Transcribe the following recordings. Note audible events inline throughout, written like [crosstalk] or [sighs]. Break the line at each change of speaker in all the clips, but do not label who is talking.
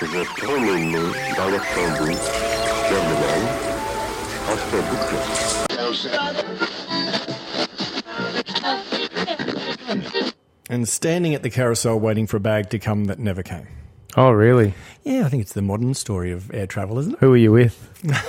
zapełnionym balastami terminal autobusów.
and standing at the carousel waiting for a bag to come that never came.
Oh, really?
Yeah, I think it's the modern story of air travel, isn't it?
Who were you with?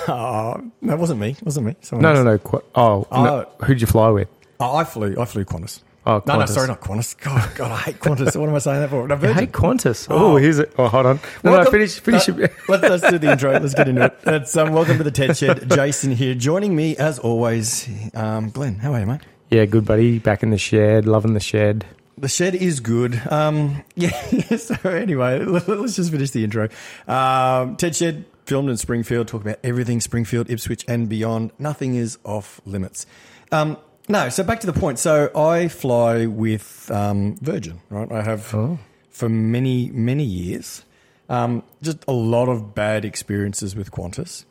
Oh, that wasn't me. Wasn't me. Someone
No,
else.
no, no. Qu- oh, no. who'd you fly with?
Oh, I flew. I flew Qantas.
Oh,
no, no,
Qantas.
sorry, not Qantas. God, God, I hate Qantas. what am I saying that for? No, Virgin.
Hey, Qantas. Oh, here's it. Oh, hold on. No, no,
Welcome-
finish, finish.
Uh,
your-
let's, let's do the intro. Let's get into it. That's, um, welcome to the Ted Shed. Jason here, joining me as always. Um, Glenn, how are you, mate?
[laughs] yeah, good buddy. Back in the shed, loving the shed.
The shed is good. Um, [laughs] yeah. So anyway, [laughs] let- let's just finish the intro. Um, Ted Shed filmed in Springfield. Talk about everything Springfield, Ipswich, and beyond. Nothing is off limits. Um, no. So back to the point. So I fly with um, Virgin. Right. I have for many many years. Um, just a lot of bad experiences with Qantas.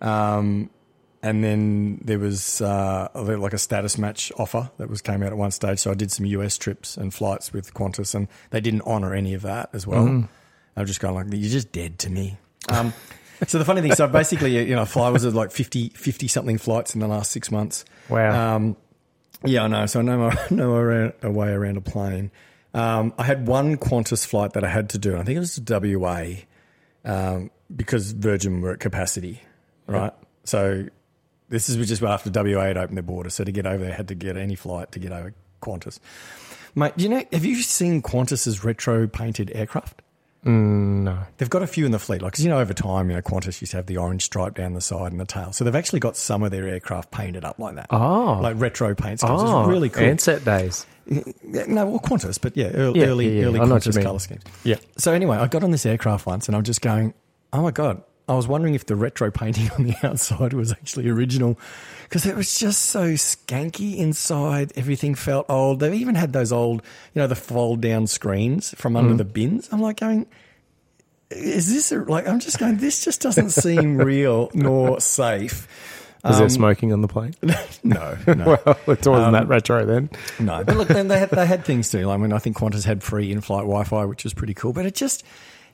Um, and then there was uh, like a status match offer that was came out at one stage. So I did some US trips and flights with Qantas, and they didn't honour any of that as well. I was just kind of like, "You're just dead to me." Um, [laughs] so the funny thing, so basically, you know, fly was at like 50, 50 something flights in the last six months.
Wow.
Um, yeah, I know. So I know [laughs] my, know my ra- a way around a plane. Um, I had one Qantas flight that I had to do. I think it was to WA um, because Virgin were at capacity, right? So this is just after WA had opened their border. So to get over there, I had to get any flight to get over Qantas. Mate, do you know, have you seen Qantas's retro painted aircraft?
no.
They've got a few in the fleet, like 'cause you know, over time, you know, Qantas used to have the orange stripe down the side and the tail, so they've actually got some of their aircraft painted up like that.
Oh.
like retro paint schemes.
Oh,
it's really cool.
Ansett days.
Yeah, no, well, Qantas, but yeah, early,
Yeah,
early,
yeah, yeah.
early
I know what you
Qantas
mean.
colour schemes.
Yeah.
So anyway, I got on this aircraft once, and I'm just going, "Oh my god!" I was wondering if the retro painting [laughs] on the outside was actually original, because it was just so skanky inside. Everything felt old. They even had those old, you know, the fold down screens from
Mm.
under the bins. I'm like going. Is this a, like I'm just going? This just doesn't seem real nor safe. [laughs]
Was
Um,
there smoking on the plane?
No, no.
well, it wasn't
Um,
that retro then.
No, but look, then they had, they had things too. I mean, I think Qantas had free in-flight Wi-Fi, which was pretty cool. But it just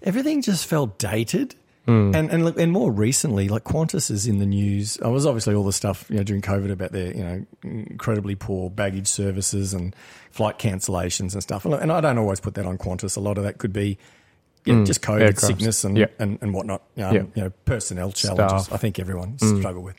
everything just felt dated.
Hmm.
And and look, and more recently, like Qantas is in the news. I was obviously all the stuff you know during COVID about their you know incredibly poor baggage services and flight cancellations and stuff. And, look, and I don't always put that on Qantas. A lot of that could be you know, just COVID,
Aircraft.
sickness, and,
Hmm. Yeah.
and and whatnot. Um,
Yeah.
You know, personnel challenges.
Staff.
I think everyone
Mm.
struggle with.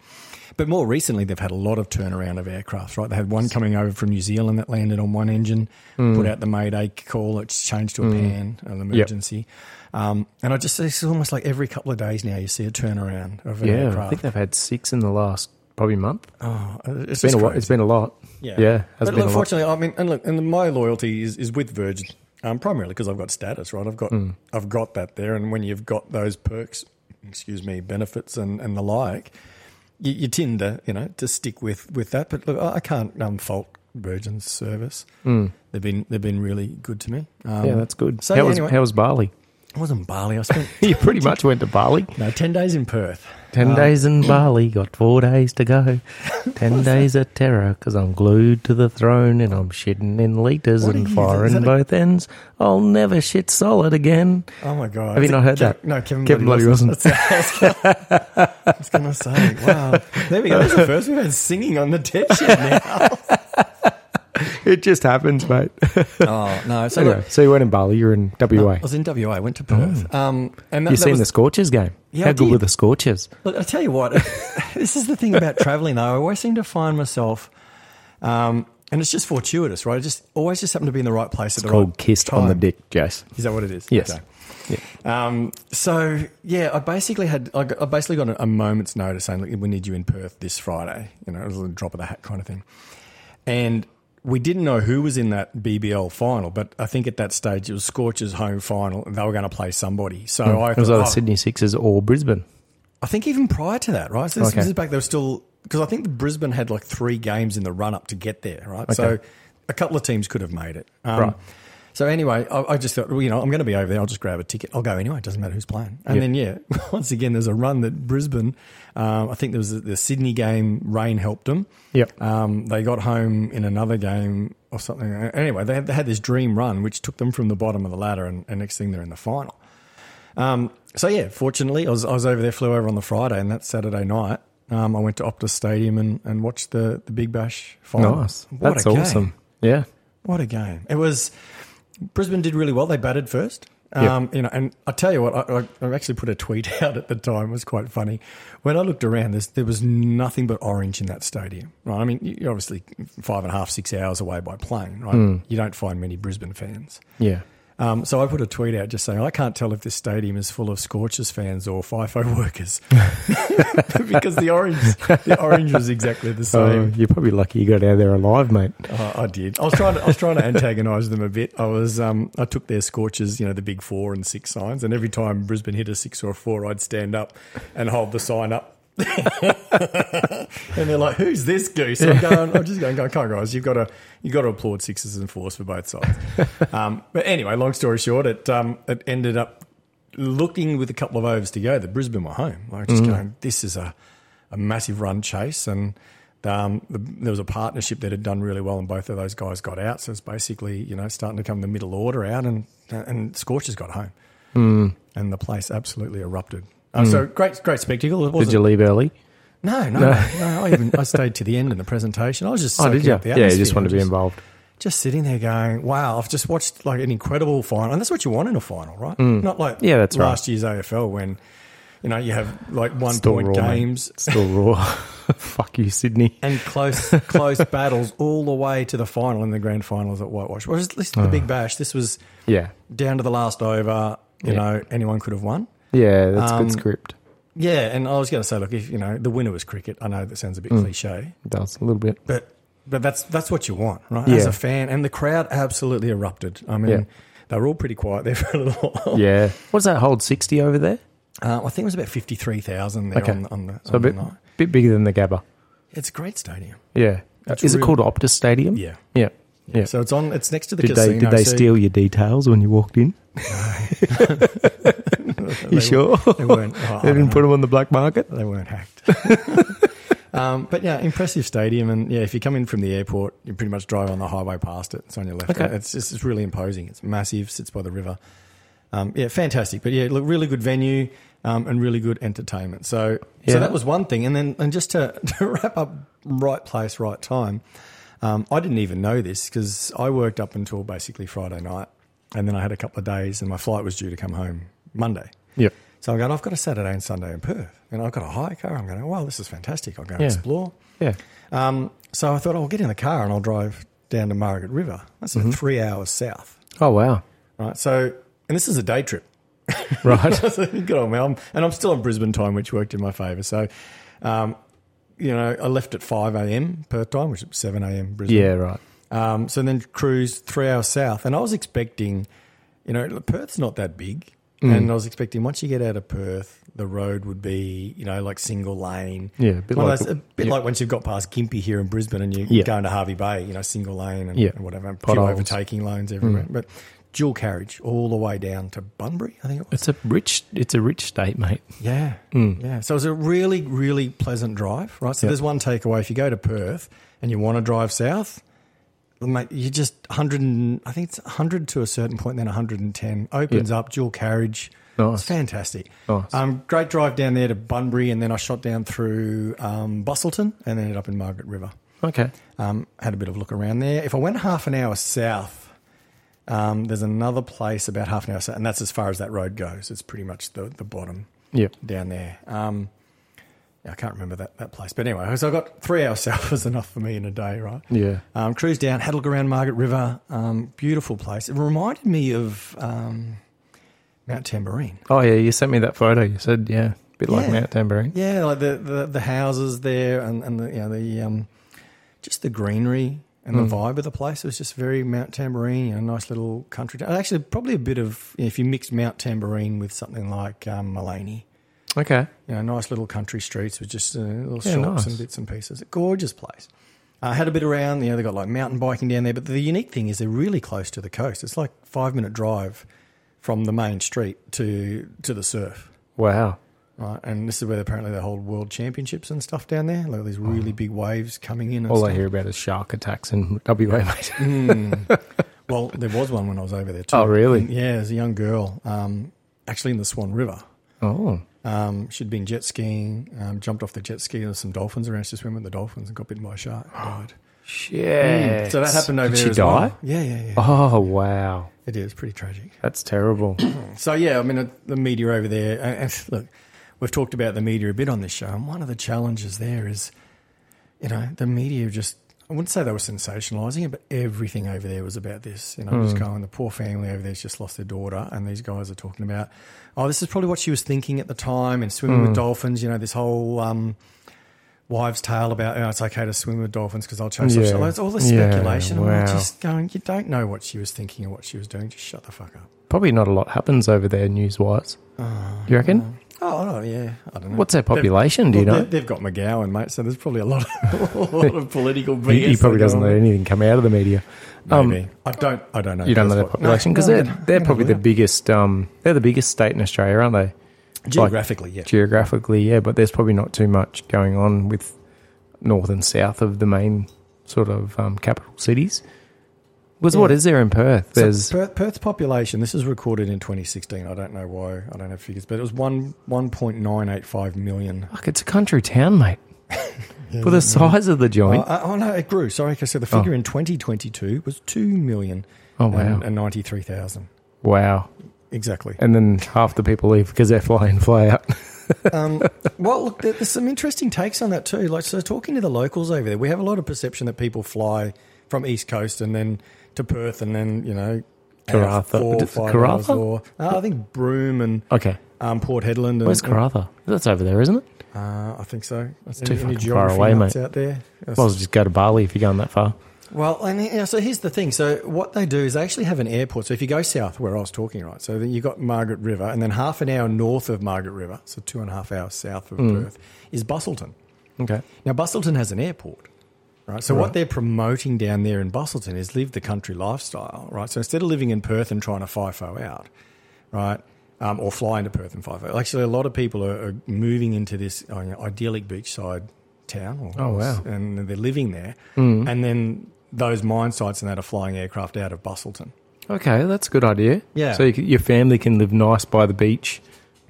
But more recently, they've had a lot of turnaround of aircraft, right? They had one coming over from New Zealand that landed on one engine,
Mm.
put out the Mayday call, it's changed to a pan, an emergency. Um, and I just, it's almost like every couple of days now you see a turnaround of an
Yeah, I
aircraft.
think they've had six in the last probably month.
oh, it's
It's
just
been a lot.
crazy.
It's been a lot. yeah has
but
been
look,
a lot.
fortunately, I mean, and look, and my loyalty is, is with Virgin um, primarily because I've got status, right? I've got
Hmm.
I've got that there, and when you've got those perks, excuse me, benefits and, and the like, you, you tend to you know to stick with with that. But look, I I can't um, fault Virgin's service.
Hmm.
They've been they've been really good to me. Um,
Yeah, that's good.
So
how,
yeah,
was,
anyway,
how was Bali? [laughs]
I was in Bali. I spent [laughs]
You pretty much went to Bali.
no ten days in Perth.
10 days in Bali, got four days
[laughs]
to go. 10 days of terror because I'm glued to the throne and I'm shitting in litres
What
and
are you- is
firing
that a-
both ends. I'll never shit solid again.
Oh my god!
Have you not heard
Kev-
that?
No, Kevin,
Kevin
Bloody
Bloody
Wilson.
Wilson.
That's what I was going to say.
[laughs]
Wow, there we go. That's the first we've had singing on the TED
[laughs]
shed now.
It just
[laughs]
happens, mate.
oh no! So
anyway, so you weren't in Bali, you were in WA.
I was in WA. I went to Perth. Um, and that,
you
that
Mm. seen
was,
the Scorchers game?
Yeah,
How
I
good were
did.
the Scorchers?
Look, I tell you what, [laughs] this is the thing about traveling though. I always seem to find myself, um, and it's just fortuitous, right? I just always just happen to be in the right place at the
Called
right
Kissed
time.
on the Dick, Jace.
Is that what it is?
Yes.
Okay. Um, so yeah, I basically had I, got, I basically got a, a moment's notice saying, "Look, we need you in Perth this Friday." You know, it was a drop of the hat kind of thing. And we didn't know who was in that BBL final, but I think at that stage it was Scorch's home final, and they were going to play somebody. So I
Hmm. It was
thought,
either
"Oh,
Sydney Sixers or Brisbane.
I think even prior to that, right? So this,
Okay.
this is back. They were still because I think Brisbane had like three games in the run up to get there, right? So a couple of teams could have made it. Um,
Right.
So anyway, I, I just thought, well, you know, I'm going to be over there. I'll just grab a ticket. I'll go anyway. It doesn't matter who's playing. And then yeah, [laughs] once again, there's a run that Brisbane. Um, I think there was the, the Sydney game. Rain helped them.
Yep.
Um, they got home in another game or something. Anyway, they had, they had this dream run which took them from the bottom of the ladder, and, and next thing they're in the final. Um, so yeah, fortunately, I was, I was over there, flew over on the Friday, and that Saturday night, um, I went to Optus Stadium and, and watched the, the Big Bash final.
Nice.
Oh, What
That's
a game.
awesome. Yeah.
What a game! It was Brisbane did really well. They batted first. Um, You know, and I tell you what, I, I, I actually put a tweet [laughs] out at the time. It was quite funny. When I looked around, there's, there was nothing but orange in that stadium. Right? I mean, you're obviously five and a half, six hours away by plane. Right?
Hmm.
You don't find many Brisbane fans.
Yeah.
Um, so I put a tweet out just saying, I can't tell if this stadium is full of Scorchers fans or FIFO [laughs] workers because the orange, the orange was exactly the
So
same.
Uh, you're probably lucky you got out of there alive, mate.
Uh, I did. I was trying to, I was trying to antagonise them a bit. I was, um, I took their Scorchers, you know, the big four and six signs, and every time Brisbane hit a six or a four, I'd stand up and hold the sign up. and they're like, "Who's this goose?" I'm going, I'm just going, going, "Come on, guys, you've got to, you've got to applaud sixes and fours for both sides." um, but anyway, long story short, it um, it ended up looking with a couple of overs to go. The Brisbane were home. Like just going, "This is a, a massive run chase," and um, the, there was a partnership that had done really well, and both of those guys got out. So it's basically you know starting to come the middle order out, and and Scorchers got home, and the place absolutely erupted. Um, So great, great spectacle. It
Did
wasn't
you leave early?
no, no, no. I even I stayed to the end of the presentation. I was just
Oh, did
soaking
you?
up the
Yeah, you
atmosphere.
just wanted to be involved.
Just sitting there going, "Wow, I've just watched like an incredible final," and that's what you want in a final, right? Not like
Mm. Yeah, that's right.
last year's AFL when you know you have like one
Still
point
raw, mate.
games
Still raw. [laughs] Fuck you, Sydney.
and close
[laughs]
close battles all the way to the final and the grand finals at Whitewash. Whereas at least
Uh.
the Big Bash, this was
Yeah.
down to the last over. You
Yeah.
know, anyone could have won.
Yeah, that's
Um,
good script.
Yeah, and I was going to say, look, if you know the winner was cricket, I know that sounds a bit
Mm.
cliche,
It does a little bit.
But but that's that's what you want, right? As
Yeah.
a fan, and the crowd absolutely erupted. I mean,
Yeah.
they were all pretty quiet there [laughs] for a little while.
Yeah. What's that hold 60 over there?
Uh, I think it was about fifty three thousand there
Okay.
on, on the
So a
on the
bit,
night.
bit bigger than the Gabba.
It's a great stadium.
Yeah.
It's
Is it
really-
called Optus Stadium?
Yeah.
Yeah. Yeah.
So it's on. It's next to the
did
casino.
they did they
so
steal your details when you
[laughs]
walked in?
They,
You sure?
They
[laughs]
weren't. oh, I
they didn't
don't
put them on the black market.
know. They weren't hacked. [laughs] um, but yeah, impressive stadium, and yeah, if you come in from the airport, you pretty much drive on the highway past it. It's on your left.
Okay.
It's just it's really imposing. It's massive. Sits by the river. Um, yeah, fantastic. But yeah, look, really good venue um, and really good entertainment. So, so
Yeah.
that was one thing. And then, and just to, [laughs] to wrap up, right place, right time. Um, I didn't even know this because I worked up until basically Friday night, and then I had a couple of days, and my flight was due to come home Monday.
Yep.
So I'm going. I've got a Saturday and Sunday in Perth, and I've got a hire car. I'm going. Wow, this is fantastic. I'll go and
Yeah.
explore.
Yeah.
Um, so I thought I'll get in the car and I'll drive down to Margaret River. That's
Mm-hmm.
like three hours south,
Oh wow.
right? So, and this is a day trip. [laughs]
Right.
So Good old me. I'm, and I'm still on Brisbane time, which worked in my favour. So, um, you know, I left at 5 a.m. Perth time, which is 7 a.m. Brisbane.
yeah. Right.
Um, so then cruised three hours south, and I was expecting, you know, Perth's not that big,
Mm.
and I was expecting once you get out of Perth, the road would be, you know, like single lane.
Yeah, a bit
One of
like-
those- a bit
yeah.
like once you've got past Gympie here in Brisbane, and you
Yeah.
go into Harvey Bay, you know, single lane and,
Yeah.
and whatever, and few
Potholes. Mm.
overtaking lanes everywhere, but dual carriage all the way down to Bunbury, I think it was.
It's a rich. It's a rich state, mate.
Yeah.
Mm.
Yeah. So it was a really, really pleasant drive, right? So there's one takeaway. If you go to Perth and you want to drive south, mate, you just 100, and, I think it's 100 to a certain point, then 110 opens up, dual carriage.
Nice.
It's fantastic.
Nice.
Um, great drive down there to Bunbury, and then I shot down through um, Bustleton and ended up in Margaret River.
Okay.
Um, had a bit of a look around there. If I went half an hour south, um, there's another place about half an hour south, and that's as far as that road goes. It's pretty much the, the bottom
Yep.
down there. Um, yeah, I can't remember that, that place. But anyway, so I got three hours [laughs] south was enough for me in a day, right?
Yeah.
Um, cruised down, had a look around Margaret River. Um, beautiful place. It reminded me of um, Mount Tambourine.
Oh yeah. You sent me that photo. You said yeah. Bit like
Yeah.
Mount Tambourine.
Yeah, like the, the, the houses there and, and the, you know, the um, just the greenery and
Hmm.
the vibe of the place. It was just very Mount Tambourine, you know, nice little country. town. Actually, probably a bit of, you know, if you mixed Mount Tambourine with something like um, Mullaney,
Okay.
you know, nice little country streets with just uh, little
Yeah,
shops
nice.
and bits and pieces. A gorgeous place. I had a bit around. You know, they got like mountain biking down there, but the unique thing is they're really close to the coast. It's like five minute drive from the main street to to the surf.
Wow.
Right, and this is where apparently they hold world championships and stuff down there. Like these really big waves coming in. And
All
stuff.
I hear about is shark attacks in [laughs] WA, mate.
Well, there was one when I was over there too.
Oh, really?
Yeah, as a young girl, um, actually in the Swan River.
Oh,
Um, she'd been jet skiing, um, jumped off the jet ski. There's some dolphins around. She swam with the dolphins and got bitten by a shark and died.
[gasps] shit.
Mm. So that happened over
Did
there
she
as
die?
well. Yeah, yeah, yeah.
Oh, wow.
It is pretty tragic. [coughs]
That's terrible.
So yeah, I mean uh, the media over there. And, and look, we've talked about the media a bit on this show, and one of the challenges there is, you know, the media just. I wouldn't say they were sensationalising it, but everything over there was about this. You know,
Hmm.
just going, the poor family over there's just lost their daughter, and these guys are talking about, oh, this is probably what she was thinking at the time, and swimming
Hmm.
with dolphins. You know, this whole um, wives' tale about, oh, it's okay to swim with dolphins because I'll chase
Yeah.
yeah. It's all this
Yeah,
speculation. And we're
wow.
just going, you don't know what she was thinking or what she was doing. Just shut the fuck up.
Probably not a lot happens over there news wise.
Uh,
you reckon?
Oh, I don't know, yeah, I don't know.
What's their population? Do you
Well,
know?
they- They've got McGowan, mate, so there's probably a lot of, [laughs] a lot of political BS.
He, he probably
that
doesn't
go
let
on.
anything come out of the media. Um,
Maybe. I don't. I don't know.
you don't
That's
know their
what-
population
No,
because
no,
they're
I'm gonna-
they're
I'm
probably the
gonna
biggest um they're the biggest state in Australia, aren't they?
do that. geographically, yeah.
Geographically, yeah, but there's probably not too much going on with north and south of the main sort of um, capital cities. Because what
Yeah.
is there in Perth?
So
There's
Perth, Perth's population. This is recorded in 2016. I don't know why. I don't have figures, but it was one 1.985 million.
fuck, it's a country town, [laughs] mate. For the size of the
Oh,
joint,
I- oh no, it grew. Sorry, so the figure in 2022 was two million.
Oh, wow.
and- and 93,000
wow!
exactly.
And then half the people leave because they're fly in, fly out. [laughs]
Um, well, look, there- there's some interesting takes on that too. Like, so talking to the locals over there, we have a lot of perception that people fly from East Coast and then to Perth and then, you know,
Karatha.
out Four, or
Is it
five
Karatha?
hours or, uh, I think Broome and
Okay,
um, Port Hedland. And,
where's Karatha? That's over there, isn't it?
Uh, I think so. That's
too fucking far away, mate.
Out there? Yes.
Well, just go to Bali if you're going that far.
Well, and you know, so here's the thing. So what they do is they actually have an airport. So if you go south, where I was talking, right? So then you got Margaret River, and then half an hour north of Margaret River, so two and a half hours south of
Hmm.
Perth, is Bustleton.
Okay.
Now, Bustleton has an airport, right? So, what they're promoting down there in Bustleton is live the country lifestyle, right? So, instead of living in Perth and trying to FIFO out, right, um, or fly into Perth and FIFO, actually, a lot of people are, are moving into this uh, you know, idyllic beachside town. Or,
Oh, wow. Mm.
And they're living there. And then those mine sites and that are flying aircraft out of Bustleton.
Okay, that's a good idea.
Yeah.
So you, c- your family can live nice by the beach,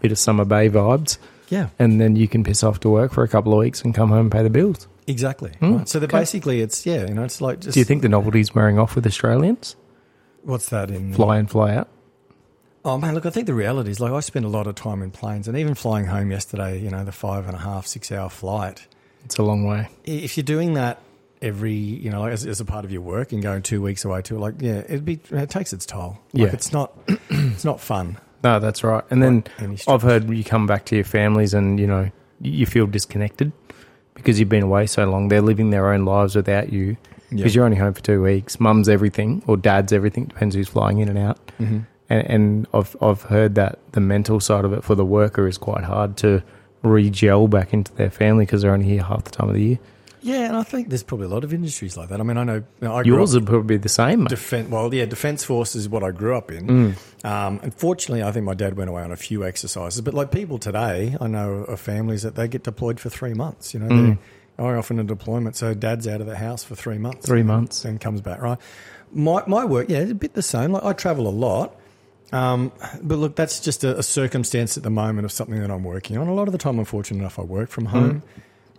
bit of summer bay vibes,
Yeah.
and then you can piss off to work for a couple of weeks and come home and pay the bills.
Exactly. Right. So, they're basically, it's, yeah, you know, it's like just.
Mm. Do you think the novelty's wearing off with Australians?
What's that in?
Fly in, fly out.
Oh man, look, I think the reality is like I spend a lot of time in planes, and even flying home yesterday, you know, the five and a half, six hour flight.
It's a long way.
i- If you're doing that every, you know, like as, as a part of your work and going two weeks away to it, like yeah, it'd be it takes its toll. Like
Yeah.
it's not [clears throat] it's not fun.
No, that's right. And then
any stretch.
I've heard you come back to your families and, you know, y- you feel disconnected because you've been away so long. They're living their own lives without you
Yeah.
because you're only home for two weeks. Mum's everything or dad's everything, depends who's flying in and out. Mm-hmm. And, and I've, I've heard that the mental side of it for the worker is quite hard to re-gel back into their family because they're only here half the time of the year.
Yeah, and I think there's probably a lot of industries like that. I mean, I know, you know, I grew up-
Yours would probably be the same, mate.
Defense, well, yeah, defense force is what I grew up in. Um, unfortunately, I think my dad went away on a few exercises. But like people today, I know of families that they get deployed for three months. You know, they're I often a deployment, so dad's out of the house for three months.
Three months.
and comes back. Right, my my work, yeah, it's a bit the same. Like I travel a lot. Um, but look, that's just a, a circumstance at the moment of something that I'm working on. A lot of the time, I'm fortunate enough I work from home. Um,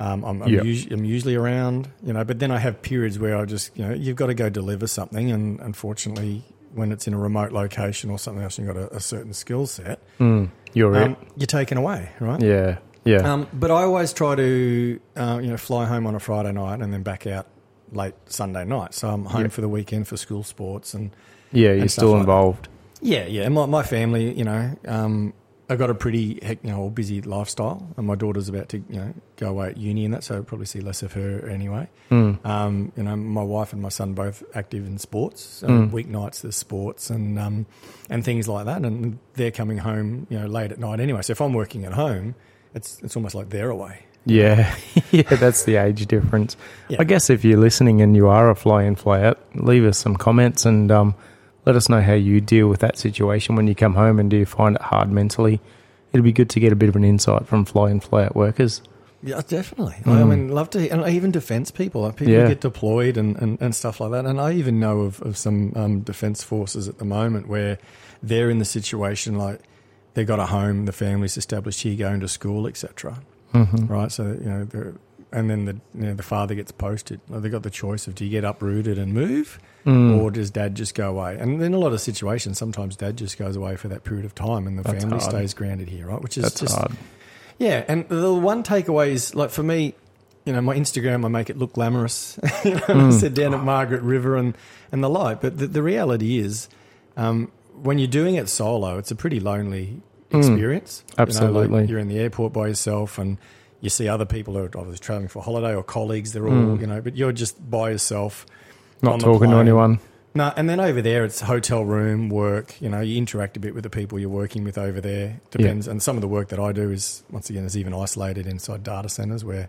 I'm, I'm,
Mm-hmm. Yeah.
usu- I'm usually around, you know, but then I have periods where I just, you know, you've got to go deliver something. And unfortunately, when it's in a remote location or something else, you've got a, a certain skill set,
You're
um,
right.
you're taken away, right?
Yeah. Yeah.
Um, but I always try to, uh, you know, fly home on a Friday night and then back out late Sunday night. So I'm home for the weekend for school sports and
yeah. You're
and stuff
still
like that.
involved.
yeah, yeah. And my, my family, you know, um, I got a pretty hec- you know busy lifestyle, and my daughter's about to you know go away at uni and that, so I'll probably see less of her anyway. Um, you know, my wife and my son both active in sports. Um, Weeknights there's sports and um, and things like that, and they're coming home you know late at night anyway. So if I'm working at home, it's it's almost like they're away.
Yeah, [laughs] yeah, that's the age difference.
Yeah.
I guess if you're listening and you are a fly in, fly out, leave us some comments and um, let us know how you deal with that situation when you come home and do you find it hard mentally. It'd be good to get a bit of an insight from fly in, fly out workers.
Yeah, definitely. I mean, love to, and even defence people. Like people
Hmm. Yeah.
get deployed and, and, and stuff like that. And I even know of, of some um, defence forces at the moment where they're in the situation like They got a home, the family's established here, going to school, etc.
Mm-hmm.
Right, so you know, they're- and then the you know, the father gets posted. Like, They got the choice of do you get uprooted and move,
Mm.
or does dad just go away? And in a lot of situations, sometimes dad just goes away for that period of time, and the family
hard.
stays grounded here, right? Which is
That's
just
hard.
yeah, and the one takeaway is like for me, you know, my Instagram, I make it look glamorous. [laughs] you know,
Mm.
I said down at Margaret River and, and the like. But the, the reality is, um, when you're doing it solo, it's a pretty lonely experience. You know, like,
Mm. Absolutely.
you're in the airport by yourself and you see other people who are obviously traveling for holiday or colleagues. They're all, you know, but you're just by yourself. on
Mm. Not
the
talking to
plane.
anyone.
No, and then over there it's hotel room work. You know, you interact a bit with the people you're working with over there. Depends, and some of the work that I do is once again is even isolated inside data centers where,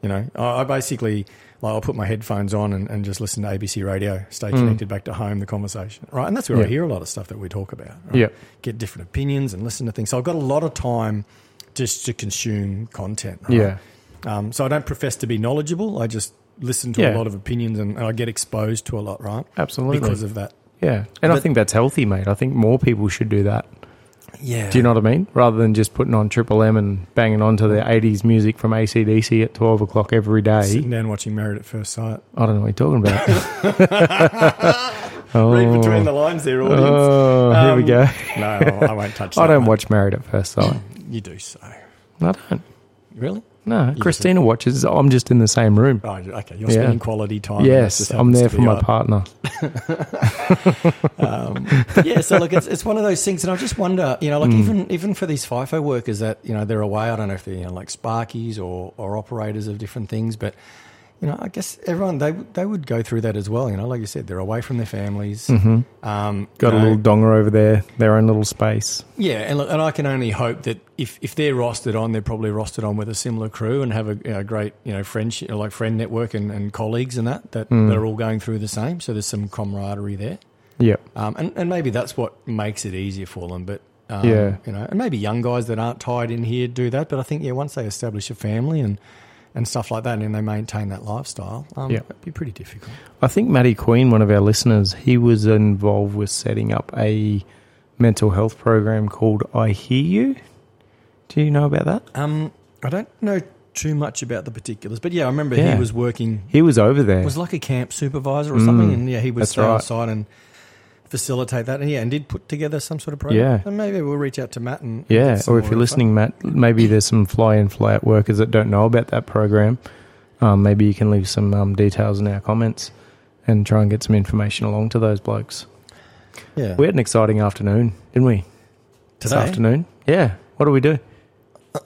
you know, I, I basically like I'll put my headphones on and, and just listen to ABC radio, stay connected back to home, the conversation, right? And that's where I
Mm. Yeah.
hear a lot of stuff that we talk about. Right?
Yeah.
get different opinions and listen to things. So I've got a lot of time just to consume content. right?
Yeah.
Um, so I don't profess to be knowledgeable. I just listen to a
Yeah.
lot of opinions and, and I get exposed to a lot, right?
Absolutely.
Because of that.
yeah. And I
But-
think that's healthy, mate. I think more people should do that.
Yeah.
Do you know what I mean? Rather than just putting on Triple M and banging onto
Mm.
the 80s music from ACDC at 12 o'clock every day.
Sitting down watching Married at First Sight.
I don't know what you're talking
[laughs]
about. oh,
Read between the lines there, audience.
Oh, here we
Um,
go.
No, I won't touch
[laughs]
that.
I don't
mate.
watch Married at First Sight.
You do so.
I don't.
Really?
No, Christina watches. I'm just in the same room.
Oh, you- okay. You're
Yeah.
spending quality time. and it
yes,
just
I'm
happens
there
to
for
be
my
on.
partner.
yeah, so look,
[laughs]
it's, it's one of those things, and I just wonder, you know,
Hmm.
like even even for these FIFO workers that you know they're away. I don't know if they're you know, like sparkies or or operators of different things, but you know, I guess everyone they they would go through that as well. You know, like you said, they're away from their families. Um,
Mm-hmm. Got
you know,
a little donger over there, their own little space.
Yeah, and, look, and I can only hope that if, if they're rostered on, they're probably rostered on with a similar crew and have a, you know, great you know friendship, like friend network and, and colleagues and that that
Hmm.
they're all going through the same. So there's some camaraderie there,
Yep.
um, and and maybe that's what makes it easier for them. But um,
Yeah.
you know, and maybe young guys that aren't tied in here do that. But I think yeah, once they establish a family and and stuff like that, and they maintain that lifestyle, um,
Yeah.
it'd be pretty difficult.
I think Matty Queen, one of our listeners, he was involved with setting up a mental health program called I Hear You. Do you know about that?
Um, I don't know too much about the particulars, but yeah, I remember
Yeah.
he was working
He was over there.
was like a camp supervisor or something, and yeah, he would
Mm. that's
stay on
right.
site and facilitate that, and yeah, and did put together some sort of program.
Yeah.
and maybe we'll reach out to Matt and
yeah,
get some
or
more
if you're
info.
listening, Matt, maybe there's some fly in, fly out workers that don't know about that program. Um, maybe you can leave some um, details in our comments and try and get some information along to those blokes.
yeah,
We had an exciting afternoon, didn't we? This
Today?
afternoon? Yeah. What do we do?
[laughs]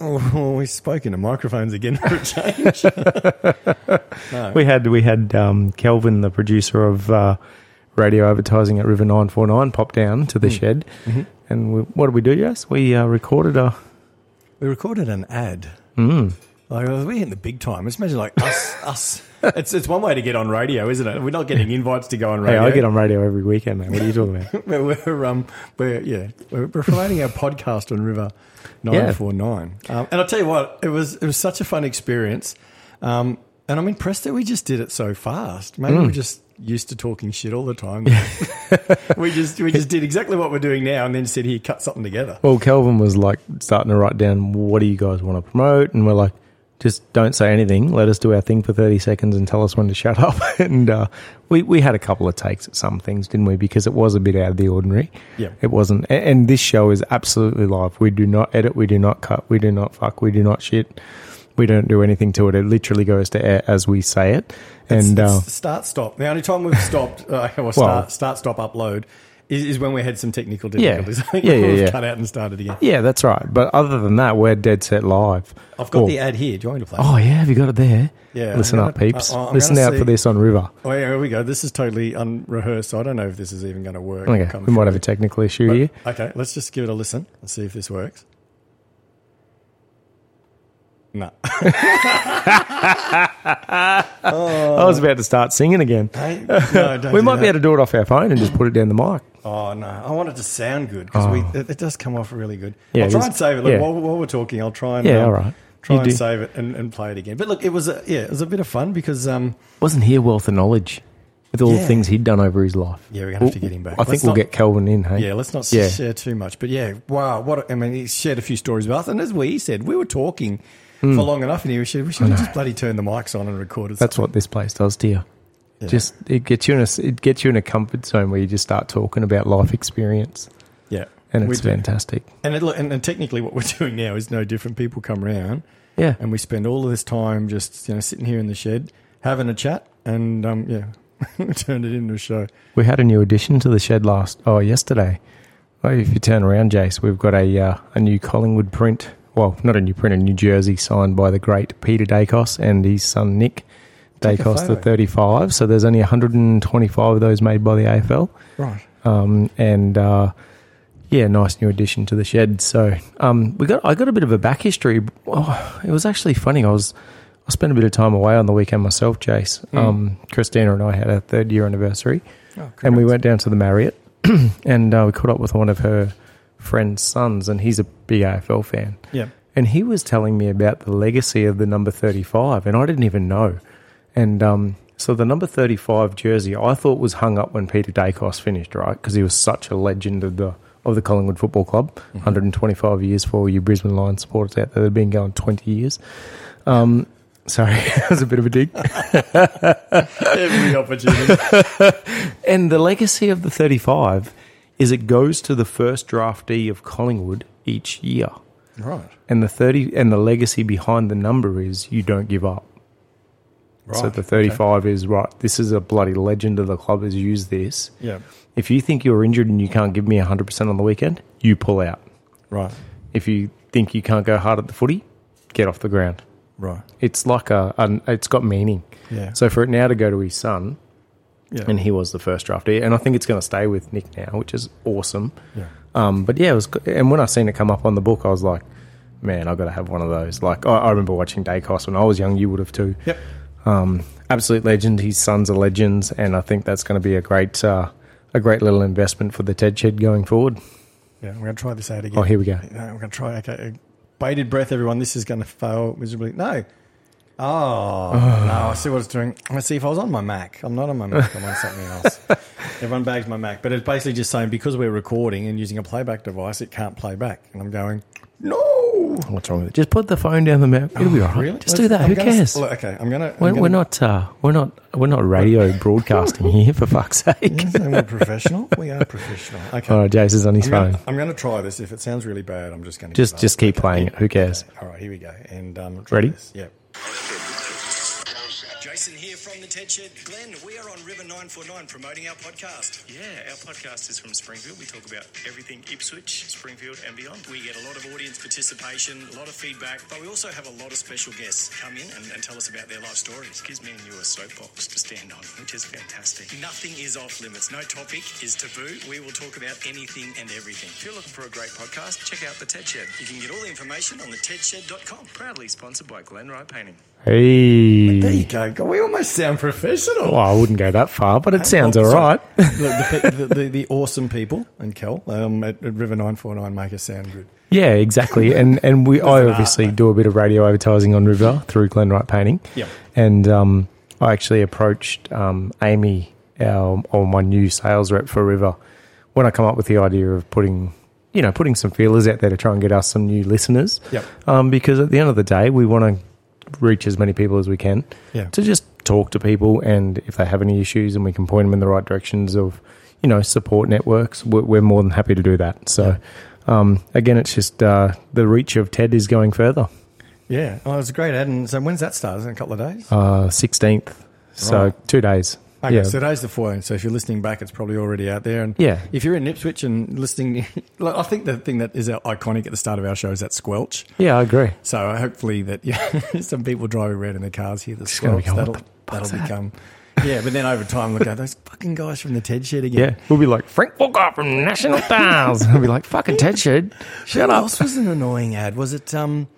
Oh, we spoke into microphones again for a [laughs] change. no.
We had we had um, Kelvin, the producer of uh, radio advertising at River Nine Four Nine, pop down to the
Hmm.
shed,
Mm-hmm.
and we, what did we do? Yes, we uh, recorded a.
we recorded an ad.
Mm,
Like we're hitting the big time. Just imagine like us, us. It's it's one way to get on radio, isn't it? We're not getting invites to go on
hey,
radio.
I get on radio every weekend, mate. What are you talking
[laughs]
about?
We're, we're, um, we're yeah, we're, we're promoting our podcast on River nine four nine. Um, and I'll tell you what, it was it was such a fun experience, um, and I'm impressed that we just did it so fast. Maybe
Mm.
we're just used to talking shit all the time. [laughs] we just we just did exactly what we're doing now, and then said here, cut something together.
well, Kelvin was like starting to write down what do you guys want to promote, and we're like. Just don't say anything. Let us do our thing for thirty seconds and tell us when to shut up. [laughs] and uh, we we had a couple of takes at some things, didn't we? Because it was a bit out of the ordinary.
Yeah.
It wasn't. a- And this show is absolutely live. We do not edit. We do not cut. We do not fuck. We do not shit. We don't do anything to it. It literally goes to air as we say it. And
It's-
uh,
it's start stop. The only time we've stopped uh, [laughs] or start start stop upload is, is when we had some technical difficulties. [laughs] I think
Yeah, yeah,
we've
yeah.
cut out and started again.
yeah, that's right. But other than that, we're dead set live.
I've got
Or-
the ad here. Do you want me to play? it?
Uh, Oh yeah, have you got it there?
Yeah, I'm
Listen
gonna-
up, peeps.
I- I'm
Listen
gonna
out
see-
for this on River.
Oh, yeah, here we go. This is totally unrehearsed. I don't know if this is even going to work.
Okay,
Come
we might
through.
have a technical issue here.
Okay, let's just give it a listen and see if this works. No. [laughs]
I was about to start singing again.
Hey, no, don't
We
uh, do
might be
that.
able to do it off our phone and just put it down the mic.
Oh, no. I want it to sound good because we it, it does come off really good.
Oh. Yeah,
I'll
it
try
is-
and save it. Look,
yeah.
while, while we're talking, I'll try and
Yeah,
um,
all right.
try
You
and
do.
save it and, and play it again. But look, it was a, yeah, it was a bit of fun because um,
Wasn't here wealth of knowledge? with all
Yeah.
the things he'd done over his life.
Yeah, we're gonna have to get him back.
I think
Let's
we'll
not-
get Kelvin in. Hey,
Yeah, let's not
Yeah.
share too much. But yeah, wow. What a- I mean, he shared a few stories with us, and as we said, we were talking for long enough, and he should we should have just bloody turned the mics on and recorded.
Hmm. that's what this place does to you. Just it gets you in a s- it gets you in a comfort zone where you just start talking about life experience,
something. yeah,
and
We
it's
do.
fantastic.
And, it, look- and and technically, what we're [laughs] doing now is no different. People come round,
Yeah,
and we spend all of this time just you know sitting here in the shed having a chat, and um, yeah, [laughs] turned it into a show.
we had a new addition to the shed last oh yesterday. Well, if you turn around, Jace, we've got a uh, a new Collingwood print. Well, not a new print, a new jersey signed by the great Peter Dacos and his son Nick
Take a
Dacos, the
photo.
35. So there's only 125 of those made by the AFL.
Right.
um, and uh, yeah, nice new addition to the shed. So um, we got I got a bit of a back history. Oh, it was actually funny. I was I spent a bit of time away on the weekend myself, Jace.
Hmm.
Um, Christina and I had our third year anniversary,
Oh,
and we went down to the Marriott, [clears throat] and uh, we caught up with one of her friend's sons, and he's a big AFL fan.
Yeah.
And he was telling me about the legacy of the number 35, and I didn't even know. And um, so the number 35 jersey I thought was hung up when Peter Dacos finished, right? Because he was such a legend of the of the Collingwood Football Club. 125 years for all you Brisbane Lions supporters out there that have been going 20 years. Um, sorry, [laughs] that was a bit of a dig.
Every
[laughs]
opportunity.
And the legacy of the 35 is it goes to the first draftee of Collingwood each year.
right.
And the 30 and the legacy behind the number is you don't give up.
Right.
So the 35 is right. This is a bloody legend of the club has used this.
Yeah.
If you think you're injured and you can't give me 100% on the weekend, you pull out.
Right.
If you think you can't go hard at the footy, get off the ground.
Right.
It's like a, an it's got meaning.
Yeah.
So for it now to go to his son,
Yeah.
and he was the first draftee, and I think it's going to stay with Nick now, which is awesome.
yeah.
Um, but yeah, it was. go- And when I seen it come up on the book, I was like, man, I got to have one of those. Like I, I remember watching Dacos when I was young. You would have too.
Yep.
Um, absolute legend. His sons are legends, and I think that's going to be a great, uh, a great little investment for the Ted Shed going forward.
Yeah. We're gonna try this out again.
Oh, here we go.
No, we're going to try. Okay. Bated breath, everyone. This is going to fail miserably. No. Oh, no. I see what it's doing. Let's see if I was on my Mac. I'm not on my Mac. I'm on
[laughs]
something else. Everyone bags my Mac. But it's basically just saying because we're recording and using a playback device, it can't play back. And I'm going, no.
What's wrong with it? Just put the phone down the map. It'll be all right.
Really?
Just do that.
I'm
Who
gonna-
cares?
Look, okay. I'm going to.
we're, we're not. Uh, we're not. We're not [laughs] radio broadcasting here for fuck's sake.
We're professional. We are
[laughs]
professional. Okay.
All right, Jace is on his
I'm
phone.
gonna- I'm going to try this. If it sounds really bad, I'm just going to
Just, just keep playing it. Who cares?
All right, here we go. And um,
Ready?
This. Yeah.
Jason here from the Ted Shed. Glenn, we are on River 949 promoting our podcast. Yeah, our podcast is from Springfield. We talk about everything Ipswich, Springfield, and beyond. We get a lot of audience participation, a lot of feedback, but we also have a lot of special guests come in and, and tell us about their life stories. Gives me and you a soapbox to stand on, which is fantastic. Nothing is off limits. No topic is taboo. We will talk about anything and everything. If you're looking for a great podcast, check out the Ted Shed. You can get all the information on the TedShed.com. Proudly sponsored by Glen Wright Painting.
Hey.
There you go. God, We almost sound professional.
Well, I wouldn't go that far, but it sounds all
Well,
right. [laughs]
sorry. Look, the, pe- the, the, the awesome people and Kel um, at, at River 949 make us sound good.
Yeah, exactly. And and we I obviously do a bit of radio advertising on River through Glen Wright Painting.
Yep.
And um, I actually approached um, Amy, our or my new sales rep for River, when I come up with the idea of putting you know putting some feelers out there to try and get us some new listeners.
Yep.
Um, because at the end of the day, we want to reach as many people as we can.
Yeah.
To just talk to people, and if they have any issues, and we can point them in the right directions of you know support networks, we're, we're more than happy to do that. So. Um, again, it's just uh, the reach of TED is going further.
Yeah. Oh, it's a great ad. And so when's that start? Is it in a couple of days?
uh, Sixteenth, so
Right.
two days.
Okay,
yeah,
so today's the 14th. So if you're listening back, it's probably already out there. And
Yeah.
if you're in Ipswich and listening, [laughs] like, I think the thing that is uh, iconic at the start of our show is that squelch.
yeah, I agree.
So hopefully that [laughs] yeah, some people driving around in their cars hear the
gonna be
squelch.
going,
That'll,
"What the
that'll
fuck's that?"
become. Yeah, but then over time, look at those fucking guys from the TED
[laughs]
shed again.
Yeah, we'll be like Frank Walker from [laughs] National Dials. we'll be like fucking TED shed. Shut
What
up.
else was an annoying ad? Was it um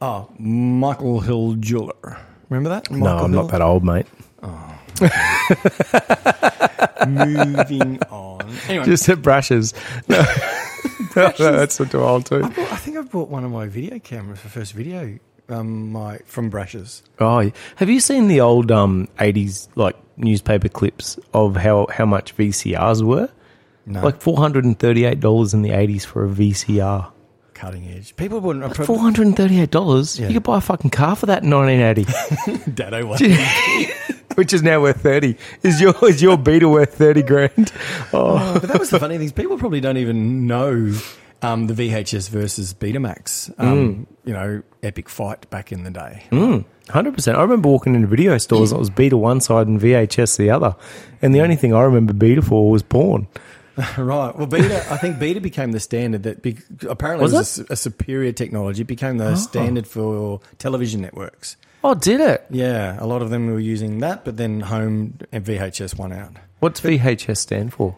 oh Michael Hill Jeweler. Remember that?
No, I'm not that old, mate. [laughs]
Moving on. Anyway,
Just at brushes. [laughs] No, no, [laughs] that's too old too.
I bought- I think I bought one of my video cameras for first video. um, my from brushes.
Oh, have you seen the old um, 80s like newspaper clips of how, how much VCRs were?
No,
Like $438 in the 80s for a VCR.
cutting edge. People wouldn't. approve
$438?
Yeah.
You could buy a fucking car for that in
[laughs]
1980,
Dado one.
[laughs] which is now worth 30. Is your is your Beta worth
[laughs]
30 grand? Oh.
But that was the funny thing. is People probably don't even know um, the VHS versus Betamax.
Mm.
Um, You know, epic fight back in the day.
100%. I remember walking into video stores and it was Beta one side and VHS the other. And the only thing I remember Beta for was porn.
Right. Well, Beta. I think Beta became the standard that be, apparently
Was
was, a, su- a superior technology. It became the standard for television networks.
Oh, did it?
Yeah, a lot of them were using that, but then home and VHS won out.
What's VHS stand for?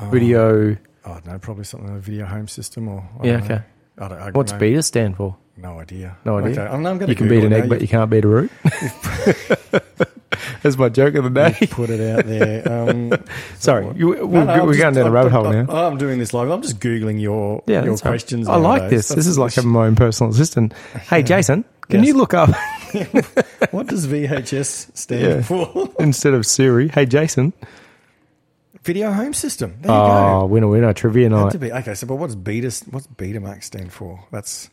Video.
Oh. I don't know, probably something like a video home system or I
Yeah,
don't know.
okay.
I don't, I
What's
know.
Beta stand for?
No idea.
No idea.
Okay, I'm, I'm going
you can beat an egg, but you can't beat
[laughs]
a root. That's my joke of the day.
put it out there. Um,
[laughs] Sorry, you, we're,
no, no, I'm
we're
just-
going down a
I'm-
rabbit hole
I'm-
now.
I'm doing this live. I'm just googling your
Yeah,
your
that's all right.
questions.
I like
nowadays.
this. This is like having my own personal assistant. Hey, Jason, can
Yes.
you look up [laughs]
what does VHS stand
Yeah.
for? [laughs]
instead of Siri? Hey, Jason.
Video home system. There you
Oh,
go.
winner, winner, trivia
Had
night.
to be. Okay, so but what's beta? What's Betamax stand for? That's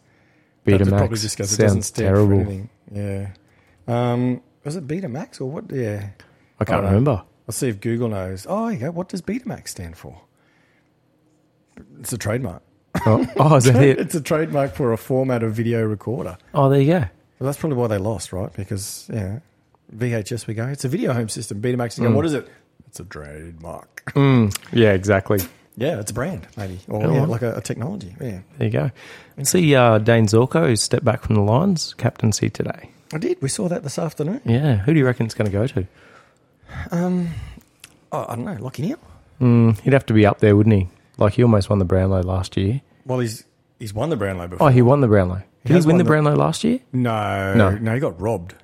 Beta
that's probably
Max.
just because
Sounds
it doesn't stand for
terrible.
anything. Yeah. Um, was it Betamax or what? Yeah.
I
Oh,
can't
no. [laughs]
remember.
Let's see if Google knows. Oh, yeah. What does Betamax stand for? It's a trademark.
Oh, oh, is that it?
It's a trademark for a format of video recorder.
Oh, there you go.
Well, that's probably why they lost, right? Because yeah, VHS we go. It's a video home system. Betamax.
Hmm.
You go, What is it? It's a trademark.
Yeah, exactly.
Yeah, it's a brand maybe, or
Hmm. Oh,
yeah,
right.
like a, a technology. Yeah,
There you go. See uh, Dane Zorko step back from the Lions captaincy today.
I did. We saw that this afternoon.
Yeah, who do you reckon it's going to go to?
Oh, I don't know. Lucky Neal.
He'd have to be up there, wouldn't he? Like he almost won the Brownlow last year.
Well, he's he's won the Brownlow before.
Oh, he won the Brownlow. Did he,
has
win
won
the
the-
Brownlow last year?
no,
No.
no, he got robbed.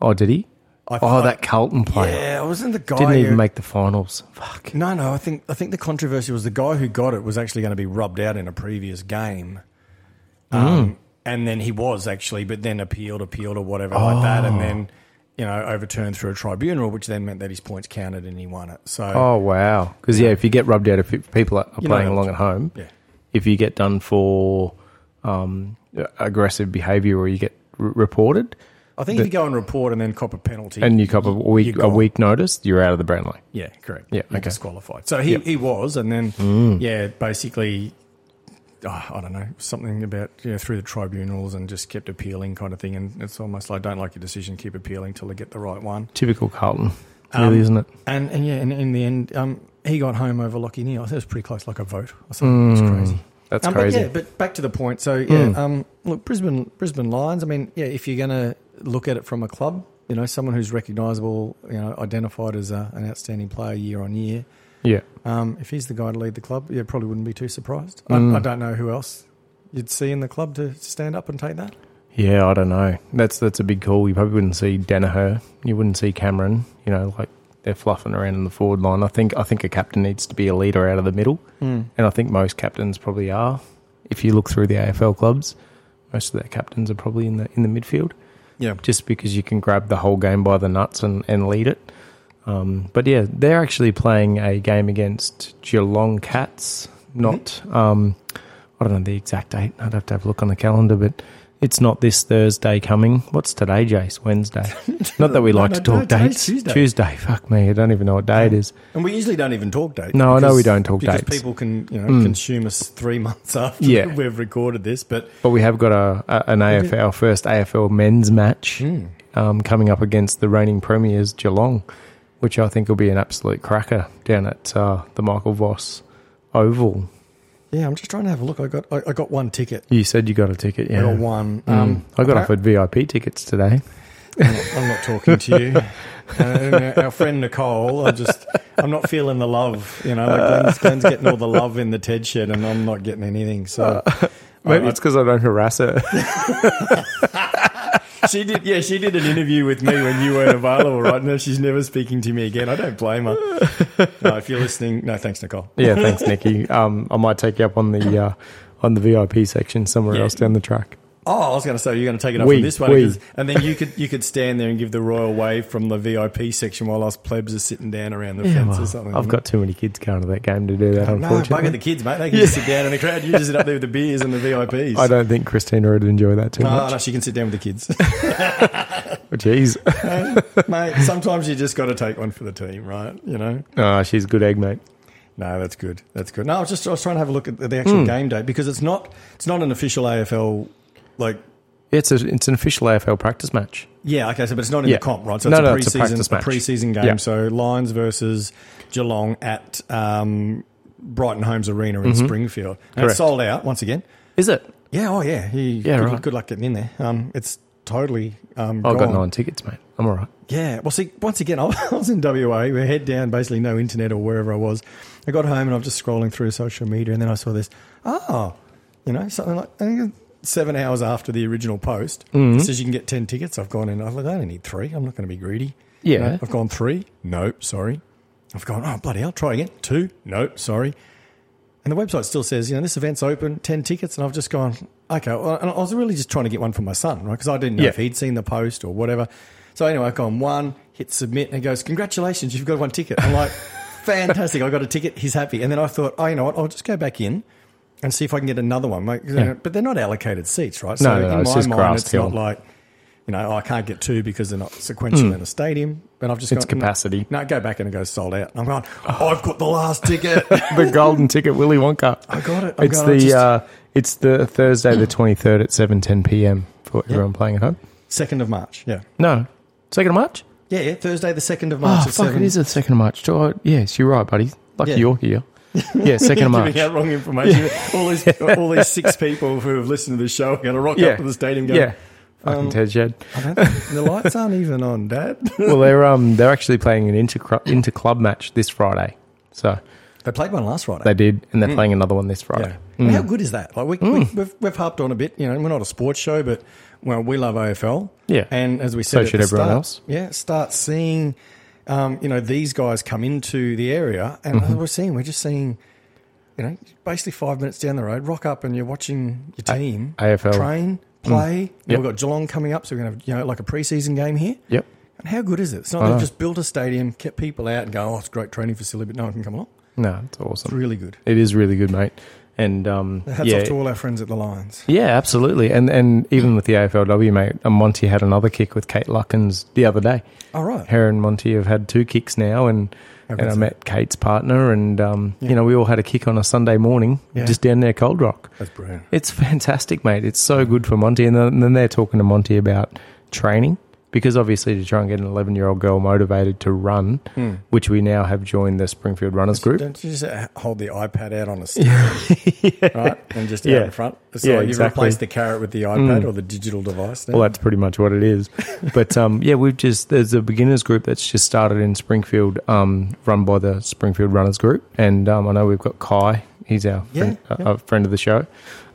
Oh, did he?
I
oh,
thought-
that Carlton player
Yeah, wasn't the guy
didn't
who-
even make the finals. Fuck.
No, no. I think I think the controversy was the guy who got it was actually going to be rubbed out in a previous game,
Hmm.
um, and then he was actually, but then appealed, appealed, or whatever like that, and
Oh.
then you know overturned through a tribunal, which then meant that his points counted and he won it. So
Oh wow. Because yeah, if you get rubbed out, if it- people are are
You know
playing
how
along
it's-
at home,
yeah.
if you get done for um, aggressive behaviour or you get r- reported
I think if you go and report and then cop a penalty,
and you cop a week
you're
a
gone.
week notice, you're out of the Brownlow.
yeah, correct,
Yeah, Mm.
You're
okay.
disqualified. So he he was, and then yeah, basically. oh, I don't know something about you know, through the tribunals and just kept appealing kind of thing, and it's almost like don't like your decision, keep appealing till they get the right one.
Typical Carlton,
Um,
really, isn't it?
And, and yeah, and in the end, um, he got home over Lockie Neal. It was pretty close, like a vote or something. It was crazy.
That's
Um,
Mm. crazy. Mm.
But yeah, but back to the point. So yeah, um, look, Brisbane Brisbane Lions. I mean, yeah, if you're going to look at it from a club, you know, someone who's recognisable, you know, identified as a, an outstanding player year on year.
yeah.
Um, if he's the guy to lead the club, yeah, probably wouldn't be too surprised.
Mm.
I, I don't know who else you'd see in the club to stand up and take that.
Yeah, I don't know. That's that's a big call. You probably wouldn't see Danaher. You wouldn't see Cameron. You know, like they're fluffing around in the forward line. I think I think a captain needs to be a leader out of the middle, and I think most captains probably are. If you look through the AFL clubs, most of their captains are probably in the in the midfield,
[laughs] Yeah,
just because you can grab the whole game by the nuts and and lead it. Um, but yeah, they're actually playing a game against Geelong Cats. Not,
Mm-hmm.
um, I don't know the exact date. I'd have to have a look on the calendar, but it's not this Thursday coming. What's today,
[laughs]
Jace? Wednesday. not that we like
no,
to talk
no, today's
dates.
Tuesday.
Tuesday. Fuck me. I don't even know what day it is.
and we usually don't even talk dates.
No, I know we don't talk
because
dates. Mm.
people can you know consume us three [laughs] months after
Yeah.
we've recorded this, but.
But we have got a, a an AFL first AFL men's match
Hmm.
um, coming up against the reigning premiers Geelong, which I think will be an absolute cracker down at uh, the Michael Voss Oval.
Yeah, I'm just trying to have a look. I got I, I got one ticket.
You said you got a ticket, yeah. Mm.
I got one. Um,
I got
appar-
offered VIP tickets today.
I'm not, [laughs] I'm not talking to you. Uh, our friend Nicole, I'm just I'm not feeling the love. You know, like Glenn's, Glenn's getting all the love in the Ted shed, and I'm not getting anything.
[laughs] Oh.
So
Maybe
I-
it's because I don't harass her.
she did. Yeah, she did an interview with me when you weren't available. Right now, she's never speaking to me again. I don't blame her. No, if you're listening, no, thanks, Nicole.
[laughs] yeah, thanks, Nikki. Um, I might take you up on the uh, on the VIP section somewhere else down the track.
Oh, I was going to say you're going to take it up
We-
from this one,
we.
'cause- and then you could you could stand there and give the royal wave from the VIP section while us plebs are sitting down around the fence or something.
I've got too many kids going to that game to do that,
no bugger the
unfortunately.
kids, mate. They can just sit down in the crowd. You just sit up there with the beers and the VIPs.
I don't think Christina would enjoy that too
No,
much. Oh,
no, she can sit down with the kids, [laughs]
Jeez. [laughs]
mate. Sometimes you just got to take one for the team, right? You know.
Ah, she's a good egg, mate.
No, that's good. That's good. No, I was just I was trying to have a look at the
Hmm.
actual game date because it's not it's not an official AFL like
It's, a, it's an official AFL practice match.
yeah okay so but it's not in
Yeah.
the comp right so
No,
it's, a
no, it's a
preseason,
practice match.
preseason game
Yeah.
so Lions versus Geelong at um, Brighton Homes Arena in Springfield and
Mm-hmm. Correct.
it's sold out once again
Is it?
yeah oh yeah He-
Yeah,
good,
right. Oh,
good luck getting in there um, it's totally um,
I've got
gone.
nine tickets, mate. I'm all right.
Yeah. Well, see, once again, [laughs] I was in WA, we head down, basically no internet or wherever I was. I got home and I'm just scrolling through social media, and then I saw this. Oh, you know, something like I think it's seven hours after the original post, it says you can get ten tickets. I've gone in. I'm like, I only need three. I'm not going to be greedy.
Yeah.
No, I've gone three. Nope. Sorry. I've gone. Oh bloody hell! Try again. Two. Nope. Sorry. And the website still says, you know, this event's open, 10 tickets. And I've just gone, okay. Well, and I was really just trying to get one for my son, right? Because I didn't know
Yeah.
if he'd seen the post or whatever. So anyway, I've gone one, hit submit, and it goes, congratulations, you've got one ticket. I'm
[laughs]
like, fantastic, I got a ticket, he's happy. And then I thought, oh, you know what, I'll just go back in and see if I can get another one. Like, you know, But they're not allocated seats, right?
No, no, no, it's just grass
it's not
field.
like, you know, oh, I can't get two because they're not sequential in the stadium. But I've just
Hmm. It's
gone,
capacity.
No, go back in and it goes sold out. And I'm going, oh, I've got the last ticket.
[laughs] the golden ticket, Willy Wonka.
I got it. I
It's
got it.
the
I just-
uh, it's the Thursday the twenty third at seven ten p.m. for everyone playing at home.
Second of March. Yeah.
No, second of March.
Yeah, yeah. Thursday the second of
Oh
March.
fuck! It is the second of March. Do I- yes, you're right, buddy. Lucky
Yeah.
you're [laughs] here. Yeah, second of March.
Giving out wrong information. All
[laughs]
these, all these six people who have listened to this show are going to rock
Yeah,
up to the stadium. Going,
Yeah, fucking Ted Jed.
I don't think- the lights aren't even on, Dad.
Well, they're um they're actually playing an inter inter club match this Friday, so
they played one last Friday.
they did, and they're playing another one this Friday.
Yeah. And How good is that? Like we, we,
Mm.
we've, we've harped on a bit. You know, we're not a sports show, but well, we love AFL.
Yeah.
and as we
So
said, at
should
the
everyone
start,
else.
Yeah, start seeing, um, you know, these guys come into the area, and
Mm-hmm.
we're seeing, we're just seeing, you know, basically five minutes down the road, rock up, and you're watching your team
AFL.
train play. Now
Mm. Yep.
We've got Geelong coming up, so we're gonna have you know like a preseason game here.
Yep.
And how good is it? It's not they've just built a stadium, kept people out, and go, oh, it's a great training facility, but no one can come along.
No, it's awesome.
Really good.
It is really good, mate. And um,
[laughs] Hats
yeah,
off to all our friends at the Lions.
Yeah, absolutely. And and even with the AFLW, mate, and Monty had another kick with Kate Luckins the other day.
All right.
Her and Monty have had two kicks now, and and I
good's
met Kate's partner, and um, you know we all had a kick on a Sunday morning just down there, Cold Rock.
That's brilliant.
It's [laughs] fantastic, mate. It's so good for Monty, and then, and then they're talking to Monty about training because obviously to try and get an eleven-year-old girl motivated to run,
Hmm.
which we now have joined the Springfield Runners Group.
Don't you just uh, hold the iPad out
[laughs]
on a stick, right? And just
Yeah.
out in front. It's
Yeah,
like you've
exactly. Mm.
replaced the carrot with the iPad or the digital device. Now.
Well, that's pretty much what
[laughs]
it is. But um, yeah, we've just there's a beginners group that's just started in Springfield, um, run by the Springfield Runners Group, and um, I know we've got Kai. He's our
Yeah,
friend, A, a friend of the show.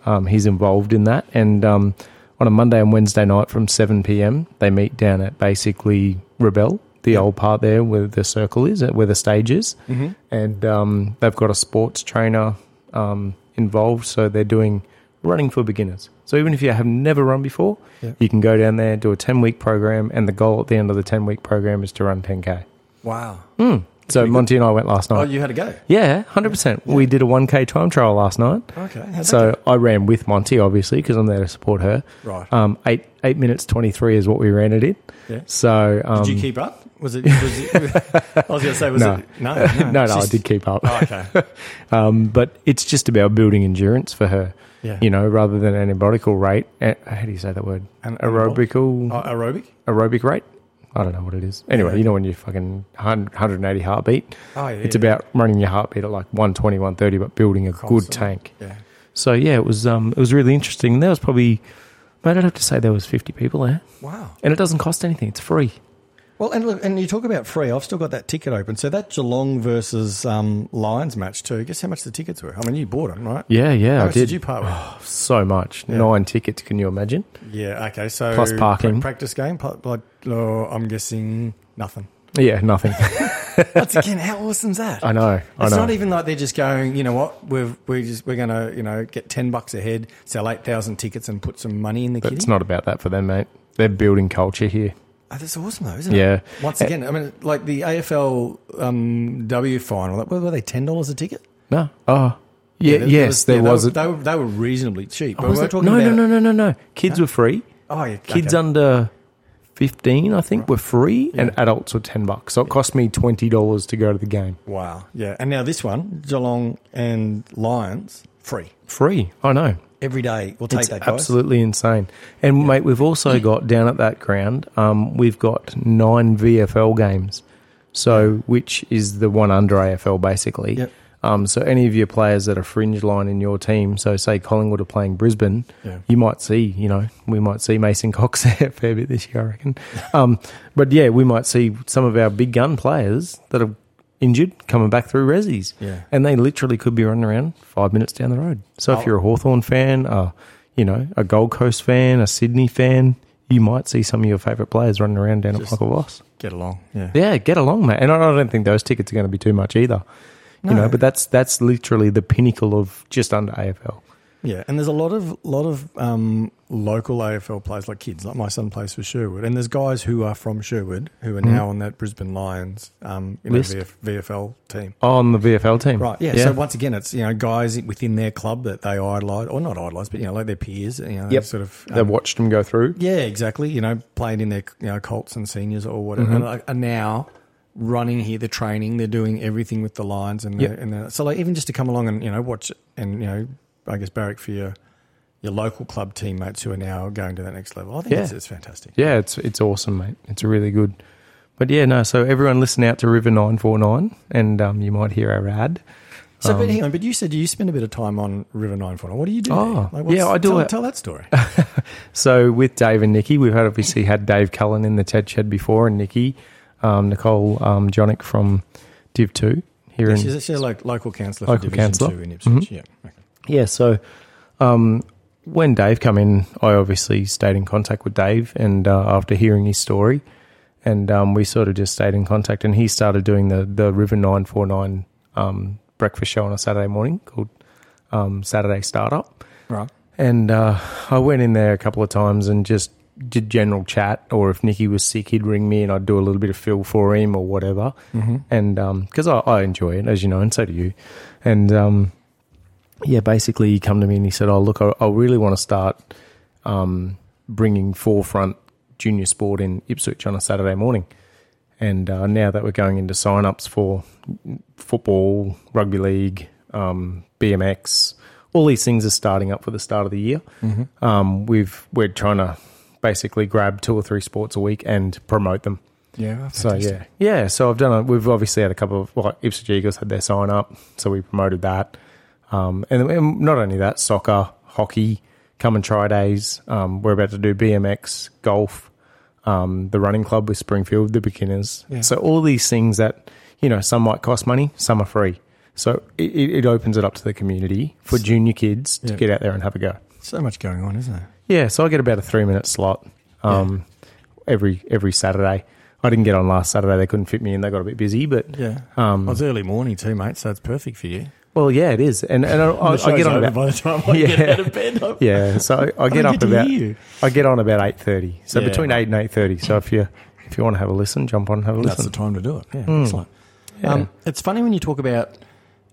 Um, he's involved in that, and um, on a Monday and Wednesday night from seven pm, they meet down at basically Rebel. The old part there where the circle is, where the stage is,
Mm-hmm.
and um, they've got a sports trainer um, involved, so they're doing running for beginners. So even if you have never run before, you can go down there, do a 10 week program, and the goal at the end of the 10 week program is to run 10K.
wow.
Mm. So Monty and I went last
Oh,
night.
you had a go.
yeah, 100%. We did a 1K time trial last night.
Okay. Oh, how'd that
So I ran with Monty, obviously, because I'm there to support her.
Right.
Um, eight eight minutes twenty three is what we ran it in.
Yeah.
So um,
go? did you keep up? Was it? Was
[laughs]
it I was going to say, was
No.
it? No, [laughs] no,
[laughs] no, no, I
She's-
did keep up.
Oh, okay.
[laughs] Um, but it's just about building endurance for her.
Yeah.
You know, rather than anaerobical rate. A- how do you say that word?
An-
aerobical.
Oh, aerobic.
aerobic rate. I don't know what it is. Anyway, you know when you fucking 100, 180 heartbeat.
Oh, yeah,
It's
yeah.
about running your heartbeat at like 120, 130, but building a good
Constantly.
tank.
Yeah.
So yeah, it was um, it was really interesting. There was probably, mate, I'd have to say there was 50 people there,
Wow.
and it doesn't cost anything. It's free.
Well, and look, and you talk about free. I've still got that ticket open. So that Geelong versus um, Lions match too. Guess how much the tickets were? I mean, you bought them, right?
Yeah, yeah,
How
I
much
did.
did. you part
[sighs]
with?
so much. Nine tickets. Can you imagine?
Yeah, okay. So
Plus parking. [laughs]
pra- practice game. pl- Like, oh, I'm guessing nothing. [laughs]
Yeah, nothing.
Once again, how awesome's that?
I know. I
It's
know.
not even like they're just going, you know what, we're, we're just, we're going to, you know, get 10 bucks a head, sell 8,000 tickets and put some money in the
but
kitty.
it's not about that for them, mate. They're building culture here.
Oh, that's awesome though, isn't
Yeah. Eh
it? Once again, I mean, like the AFL um, W final, like, what were they, $10 a ticket?
No. Oh. Yeah.
There-
yes, there
yeah,
was.
they
a Oh,
were- They were, they were reasonably cheap. But
was
we're
it-
talking
no,
about,
no, no, no, no, no. Kids were free.
Oh, yeah.
Kids
okay.
under fifteen, I think, were free, and adults were ten bucks. So it cost me twenty dollars to go to the game.
Wow. Yeah. And now this one, Geelong and Lions, free.
Free. I know.
Every day. We'll take
It's
that, guys. Mm.
absolutely insane. And mate, we've also got down at that ground. Um, we've got nine VFL games, so which is the one under AFL basically.
Yep.
Um, so any of your players that are fringe line in your team, so say Collingwood are playing Brisbane,
Yeah.
you might see, you know, we might see Mason [laughs] Cox there a fair bit this year, I
[laughs]
reckon. Um, but yeah, we might see some of our big gun players that are injured coming back through resis.
Yeah.
And they literally could be running around five minutes down the road. So if you're a Hawthorn fan, uh, you know, a Gold Coast fan, a Sydney fan, you might see some of your favourite players running around down at Michael Voss.
Get along. Yeah.
Yeah, get along, mate. And I I don't think those tickets are going to be too much either. You know, but that's that's literally the pinnacle of just under AFL.
Yeah, and there's a lot of lot of um, local AFL players, like kids. Like my son plays for Sherwood, and there's guys who are from Sherwood who are now on that Brisbane Lions um, you know,
List.
VF, VFL team.
Oh, On the VFL team,
Right. Yeah, So once again, it's you know guys within their club that they idolise, or not idolise, but you know like their peers. You know, they
Yep.
sort of.
they
um,
watched him go through.
yeah, exactly. You know, playing in their you know Colts and seniors or whatever,
Mm-hmm.
and like, are now running here. They're training. They're doing everything with the lines and the,
Yep.
and the, so like even just to come along and you know watch it and you know I guess barrack for your your local club teammates who are now going to that next level. I think
Yeah.
it's, it's fantastic.
Yeah, it's it's awesome, mate. It's really good. But yeah, no. So everyone, listen out to River Nine Four Nine, and um, you might hear our ad.
So, but hang on. But you said you spend a bit of time on River Nine Four. What do you do?
Um, Oh,
there? what's-
yeah, I do
Tell,
it.
tell that
[laughs]
story.
So with Dave and Nikki, we've had obviously had Dave Cullen in the Ted Shed before, and Nikki, um, Nicole um, Jonick from Div Two here in
she's, she's like local counsellor
Local Mm-hmm.
for Division
counsellor.
Two in Ipswich. Yeah. Okay.
Yeah, so um, when Dave come in, I obviously stayed in contact with Dave, and uh, after hearing his story, and um, we sort of just stayed in contact, and he started doing the the River Nine Four Nine um, breakfast show on a Saturday morning called um, Saturday Startup,
Right.
and uh, I went in there a couple of times and just did general chat, or if Nicky was sick, he'd ring me and I'd do a little bit of fill for him or whatever, and because I, I enjoy it as you know, and so do you, and. Um, yeah, basically, he come to me and he said, "Oh, look, I, I really want to start um, bringing forefront junior sport in Ipswich on a Saturday morning." And uh, now that we're going into sign-ups for football, rugby league, um, BMX, all these things are starting up for the start of the year. Um, we've we're trying to basically grab two or three sports a week and promote them.
Yeah.
So yeah, yeah. So I've done. A, we've obviously had a couple of like Ipswich Eagles had their sign up, so we promoted that. Um, and, and not only that, soccer, hockey, come and try days. Um, we're about to do BMX, golf, um, the running club with Springfield, the beginners. So all these things that you know, some might cost money, some are free. So it, it it opens it up to the community for junior kids to
Yeah.
get out there and have a go.
So much going on, isn't there?
Yeah, so I get about a three minute slot um, every every Saturday. I didn't get on last Saturday; they couldn't fit me in. They got a bit busy, but
Yeah.
Um,
well, it's early morning too, mate, so it's perfect for you.
well, yeah, it is.
[laughs]
And and I, I, I get on about [laughs]
the time I
Yeah.
bed. I'm-
yeah. So I, I get
don't
up
get to
about
hear you.
I get on about eight thirty. So
Yeah.
between eight and eight thirty. So if you if you want to have a listen, jump on and have a
That's
listen. Hmm.
the time to do it. Yeah, excellent. Um, it's funny when you talk about,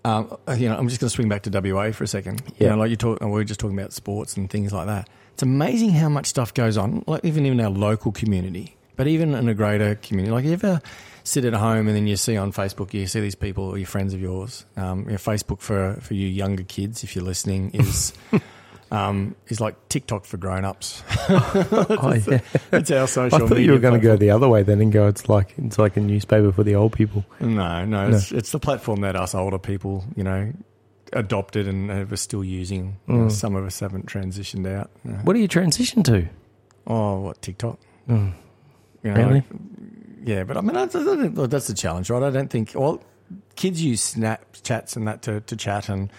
um, uh, you know, I'm just going to swing back to WA for a second. You
Yeah.
know, like you talk, we were just talking about sports and things like that. It's amazing how much stuff goes on, like even in our local community, but even in a greater community. Like you ever sit at home and then you see on Facebook, you see these people or your friends of yours. Um, you know, Facebook for for you younger kids, if you're listening,
[laughs]
is. Um, is like TikTok for grown-ups.
Oh, yeah.
It's our
[laughs] I
social media.
thought you were going to
platform.
go the other way then and go. It's like it's like a newspaper for the old people.
No, no, It's, it's the platform that us older people, you know, adopted and uh, we're still using. You know, some of us haven't transitioned out. you know.
What do you transition to?
Oh, what TikTok? You know,
Really?
yeah, but I mean that's, that's well, that's the challenge, right? I don't think well, kids use Snapchats and that to, to chat and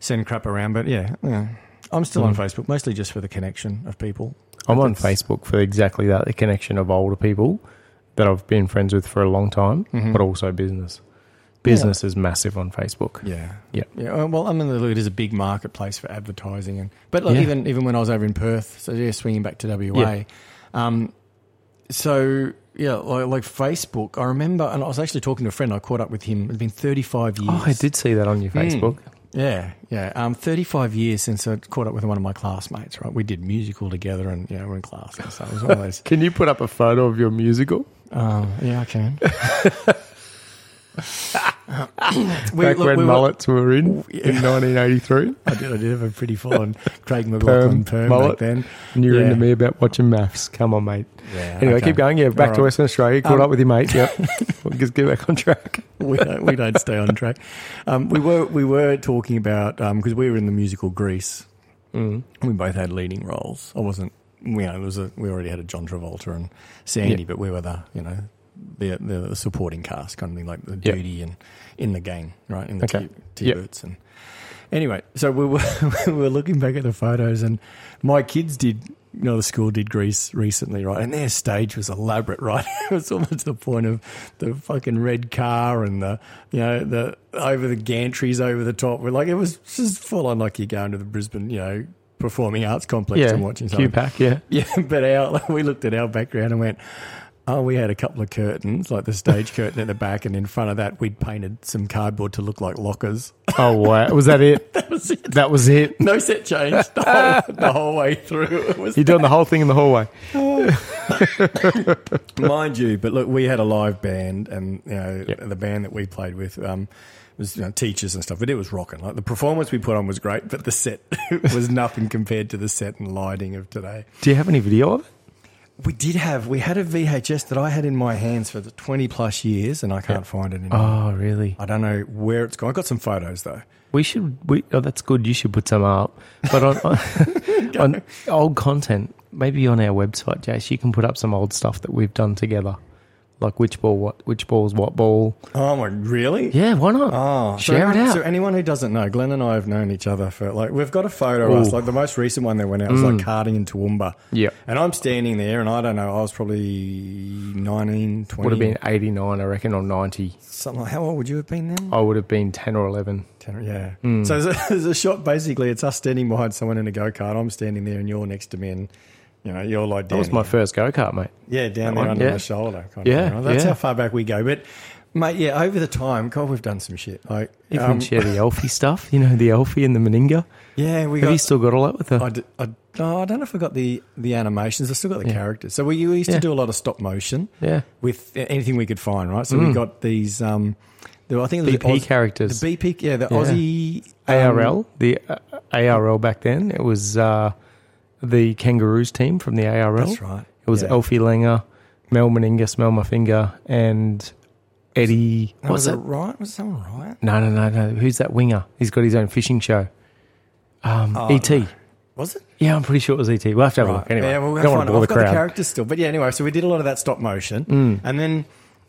send crap around, but yeah, yeah. I'm still on Facebook mostly just for the connection of people.
I'm on
That's-
Facebook for exactly that the connection of older people that I've been friends with for a long time,
Mm-hmm.
but also business. Business is massive on Facebook.
Yeah.
Yeah.
Yeah. uh, Well, I mean, look, it is a big marketplace for advertising, and but like
Yeah.
even even when I was over in Perth, so yeah, swinging back to WA.
Yeah.
Um, so yeah, like, like Facebook, I remember, and I was actually talking to a friend. I caught up with him. It's been thirty five years.
Oh, I did see that on your
Mm.
Facebook.
Yeah, yeah. Um, 35 years since I caught up with one of my classmates, right? We did musical together and, you know, we're in class and stuff. It was one of
[laughs]
those.
Can you put up a photo of your musical? Oh.
Um, yeah, I
[laughs]
can. [coughs] we, look,
Back when
we were-
mullets were in
[laughs]
in 1983.
I did, I did have a pretty full on Craig McLaughlin perm back
mullet.
then.
And you were
Yeah.
into me about watching maths. Come on, mate.
Yeah,
anyway,
okay.
keep going. Yeah, back to
All right.
Western Australia. Caught
Um,
up with your mate. Yep. we'll just get back on track.
[laughs] we don't, we don't stay on track. Um, we were we were talking about because we were in the musical Grease. Mm. We both had leading roles. I wasn't, you know, it was a, we already had a John Travolta and Sandy,
Yeah.
but we were the you know the the supporting cast kind of thing, like the
Yeah.
duty and in the gang, right? In the
Okay.
t
Yeah.
boots and anyway. So we were [laughs] we were looking back at the photos, and my kids did. You know, the school did Greece recently, right? And their stage was elaborate, [laughs] right? It was almost to the point of the fucking red car and the, you know, the over the gantries over the top. We're like, it was just full on like you're going to the Brisbane, you know, performing arts complex
Yeah.
and watching something.
Q-Pack, yeah.
[laughs] Yeah, but our [laughs] like, we looked at our background and went, oh, we had a couple of curtains, like the stage [laughs] curtain at the back, and in front of that we'd painted some cardboard to look like lockers. [laughs]
Oh, wow. Was that it?
that was it.
that was it.
[laughs] No set change the whole, the whole way through. It was
You're doing the whole thing in the hallway.
mind you, but look, we had a live band, and you know
Yeah.
the band that we played with um, was you know, teachers and stuff, but it was rocking. Like the performance we put on was great, but the set [laughs] was nothing compared to the set and lighting of today.
Do you have any video of it?
We did have we had a VHS that I had in my hands for the twenty plus years, and I can't find it anymore.
Oh, really?
I don't know where it's gone. I got some photos though.
We should. We, oh, that's good. You should put some up. But on,
[laughs]
on, on old content, maybe on our website, Jace, you can put up some old stuff that we've done together, like which ball, what, which ball's what ball.
Oh my, really?
Yeah, why not?
Oh, so
share it
anyone-
out.
So anyone who doesn't know, Glenn and I have known each other for like we've got a photo of us.
Ooh. Mm.
Like the most recent one that went out was like karting in Toowoomba.
Yeah.
and I'm standing there, and I don't know. I was probably 19, 20.
would have been eighty nine, I reckon, or ninety.
something. Like, how old would you have been then?
I would have been ten or eleven.
Ten, yeah.
Mm.
So there's a, [laughs] there's a shot. Basically, it's us standing behind someone in a go kart. I'm standing there, and you're next to me, and you know you're like
That
down
was my
here.
first go kart, mate.
Yeah, down there
one,
under
yeah.
the shoulder. Kind
Yeah,
of thing, right? that's
yeah.
how far back we go. But mate, yeah, over the time, God, we've done some shit. Like,
Even
um,
share the Elfie stuff. You know the Elfie and
[laughs]
the Meninga.
yeah, we
Have
got.
you still got all that with her?
I, d- I, no, I don't know if I got the, the animations. I still got the
Yeah.
characters. So we you used
Yeah.
to do a lot of stop motion.
Yeah.
With a- anything we could find, right? So we got these. Um, there were- I think it was
BP
Oz-
characters.
The BP, yeah, the Aussie um,
ARL, the uh, ARL back then. It was uh, the Kangaroos team from the ARL.
That's right.
It was
Yeah.
Elfie Langer, Mel Meninga, Smell My Finger, and Eddie.
No, was
What's
it
that?
right? Was someone right?
No, no, no, no. Who's that winger? He's got his own fishing show. Um,
Oh,
ET.
Was it?
Yeah, I'm pretty sure it was ET. We'll have to have a look. Anyway,
yeah, well, we
don't
find
want to
it.
bore
I've got
the
the
crowd. Mm.
characters still, but yeah. Anyway, so we did a lot of that stop motion, and then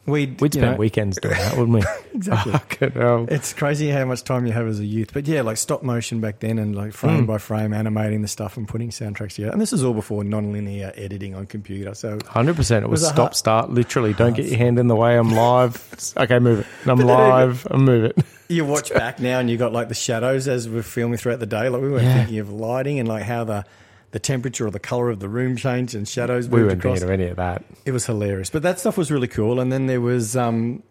we
We'd spend weekends doing that,
[laughs]
wouldn't we?
Exactly.
Fucking hell.
It's crazy how much time you have as a youth. But yeah, like stop motion back then and like
Hmm.
frame by frame animating the stuff and putting soundtracks together. And this is all before nonlinear editing on computer. So
Hundred percent. It was,
was a
stop,
hard-
start. Literally, don't get your hand in the way. I'm
[laughs]
live. okay, move it. I'm
But then I got-
live. I move it.
you watch back now and you got like the shadows as we're filming throughout the day. Like we weren't
Yeah.
thinking of lighting and like how the the temperature or the color of the room changed and shadows
We
moved
weren't
across.
thinking of any of that.
It was hilarious. But that stuff was really cool. And then there was um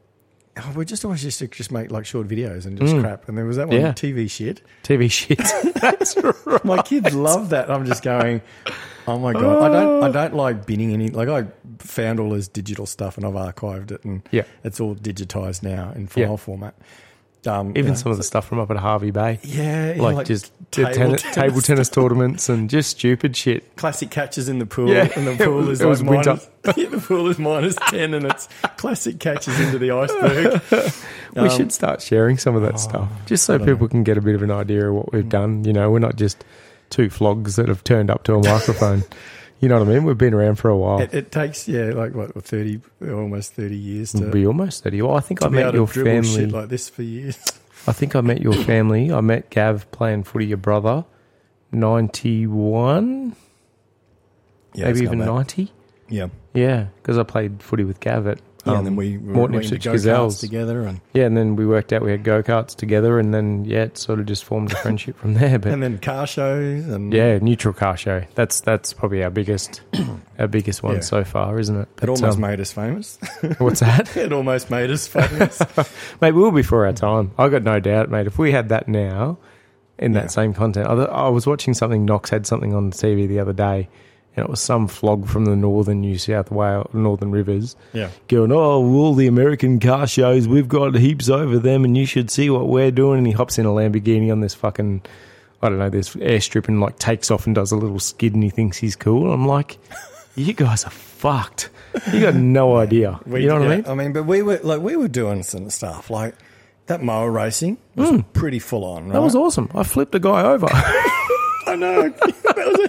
oh, we just always used to just make like short videos and just crap. And there was that one
Hmm. Yeah.
TV shit.
TV [laughs] shit. That's right.
My kids love that. I'm just going, oh my god. I don't. I don't like binning any. Like I found all this digital stuff and I've archived it, and
Yeah.
it's all digitized now in file
Yeah.
format. Um, you
Even
know.
some of the stuff from up at Harvey Bay.
yeah, yeah,
Like, just the tenni- table, tennis, tournaments and just stupid shit.
classic catches in the pool,
Yeah.
and the pool is
[laughs] It was
like
winter.
minus, [laughs] yeah, the pool is minus ten, and it's classic catches into the
[laughs]
iceberg.
we should start sharing some of that stuff just so people can get a bit of an idea of what we've done. You know, we're not just two flogs that have turned up to a microphone. [laughs] you know what I mean? We've been around for a while.
It, it takes yeah, like what thirty, almost thirty years to,
we almost 30. Well, I think I
be able
met
to
your
dribble
family.
shit like this for years. [laughs]
I think I [coughs] met your family. I met Gav playing footy, your brother, 91,
Yeah, it's
maybe
not
even
bad.
90.
Yeah.
Yeah, because I played footy with Gav at
Yeah,
um,
and then we were
Morton
into
Ipswich
go-karts
Gazelles.
together, and,
Yeah, and then we worked out we had go karts together, and then yeah, it sort of just formed a friendship from there. But
and then car shows, and
[laughs] yeah, neutral car show. That's that's probably
[clears throat]
our biggest our biggest one
Yeah.
so far, isn't it?
it
But,
almost
um,
made us famous. [laughs]
[laughs] what's that?
it almost made us
[laughs]
famous.
mate, we were before
[laughs]
our time. I got no doubt, mate. If we had that now in that same content, I, I was watching something. Knox had something on the TV the other day, and it was some flog from the northern New South Wales, northern rivers.
yeah.
Going, oh, all the American car shows, we've got heaps over them, and you should see what we're doing. And he hops in a Lamborghini on this fucking, I don't know, this airstrip, and like takes off and does a little skid, and he thinks he's cool. I'm like, [laughs] you guys are fucked. You got no [laughs] idea.
We-
you know
yeah,
what I mean?
I mean, but we were like we were doing some stuff like that. Mower racing was pretty full on. Right?
Hmm. That was awesome. I flipped a guy [laughs] over.
I know that was a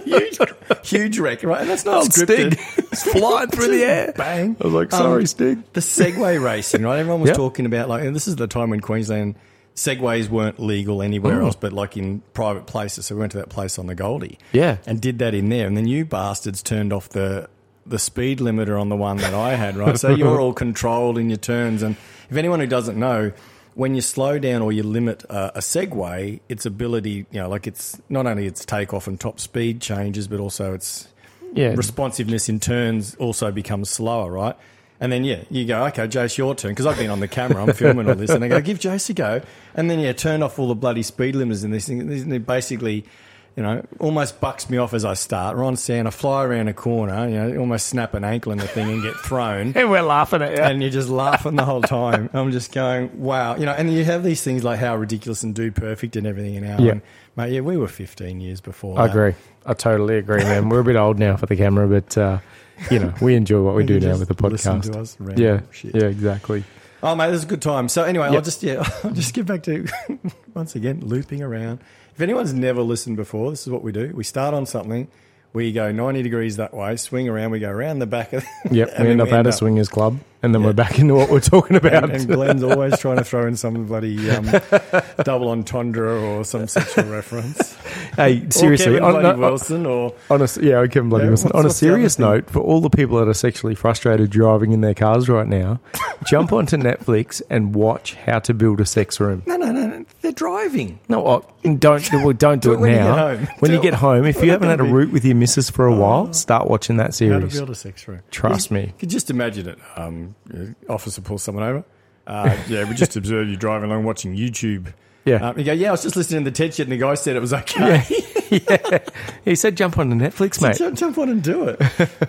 huge, huge wreck. Right, and that's not
Old
scripted.
Stig.
[laughs]
[laughs] It's flying through the air.
Bang!
I was like, sorry, Stig.
Um, The Segway racing, right? Everyone was
Yep.
talking about like and this is the time when Queensland segways weren't legal anywhere else, but like in private places. So we went to that place on the Goldie,
Yeah.
and did that in there. And then you bastards turned off the the speed limiter on the one that I had, right? so you're all controlled in your turns. And if anyone who doesn't know, when you slow down or you limit uh, a Segway, its ability, you know, like it's not only its takeoff and top speed changes, but also its
Yeah.
responsiveness in turns also becomes slower, right? And then yeah, you go okay, Jace, your turn because I've been on the camera, I'm filming all this, and I go give Jace a go, and then yeah, turn off all the bloody speed limiters and this thing. And it basically, you know, almost bucks me off as I start. Ron Sand, I fly around a corner, you know, almost snap an ankle in the thing and get
[laughs]
thrown
And we're laughing at you.
and you're just laughing the whole time. I'm just going, wow, you know. And you have these things like how ridiculous and do perfect and everything. And now,
Yeah.
and, mate, yeah, we were 15 years before.
I
that.
agree. I totally agree, man. We're a bit old now for the camera, but uh, you know, we enjoy what we do
You
now
just
with the
listen
podcast.
to us random
yeah,
shit.
yeah, exactly.
Oh mate, this is a good time. So anyway, I'll
Yep.
just yeah, [laughs] I'll just get back to once again looping around. If anyone's never listened before, this is what we do. We start on something, we go ninety degrees that way, swing around, we go around the back of. [laughs]
Yep,
and
we
then
end up at a swingers club, and then we're back into what we're talking about.
And Glenn's always trying to throw in some bloody um, double entendre or some sexual reference.
[laughs] hey, seriously,
or Kevin
on,
bloody
no,
Wilson, or
on a, yeah, I Kevin bloody
Yeah,
Wilson.
what's-
On a
what's the other
serious
thing?
note, for all the people that are sexually frustrated driving in their cars
[laughs]
right now, jump onto Netflix and watch How to Build a Sex Room.
no, no, no, no, they're driving.
No, I- don't well, don't do it
when you get
now.
home.
When you
Do
get
it.
home, if
We're
you
not
haven't had a
gonna be-
root with your missus for a while, start watching that
Oh. How to
series.
build a sex room.
Trust
You-
me.
You could just imagine it. Um, yeah, officer pulls someone over. Uh, yeah, we just observed you driving along watching YouTube.
Yeah.
Um, you go, yeah, I was just listening to the TED shit and the guy said it was okay.
He said jump onto Netflix, mate.
[laughs] jump, jump on and
[laughs]
do it.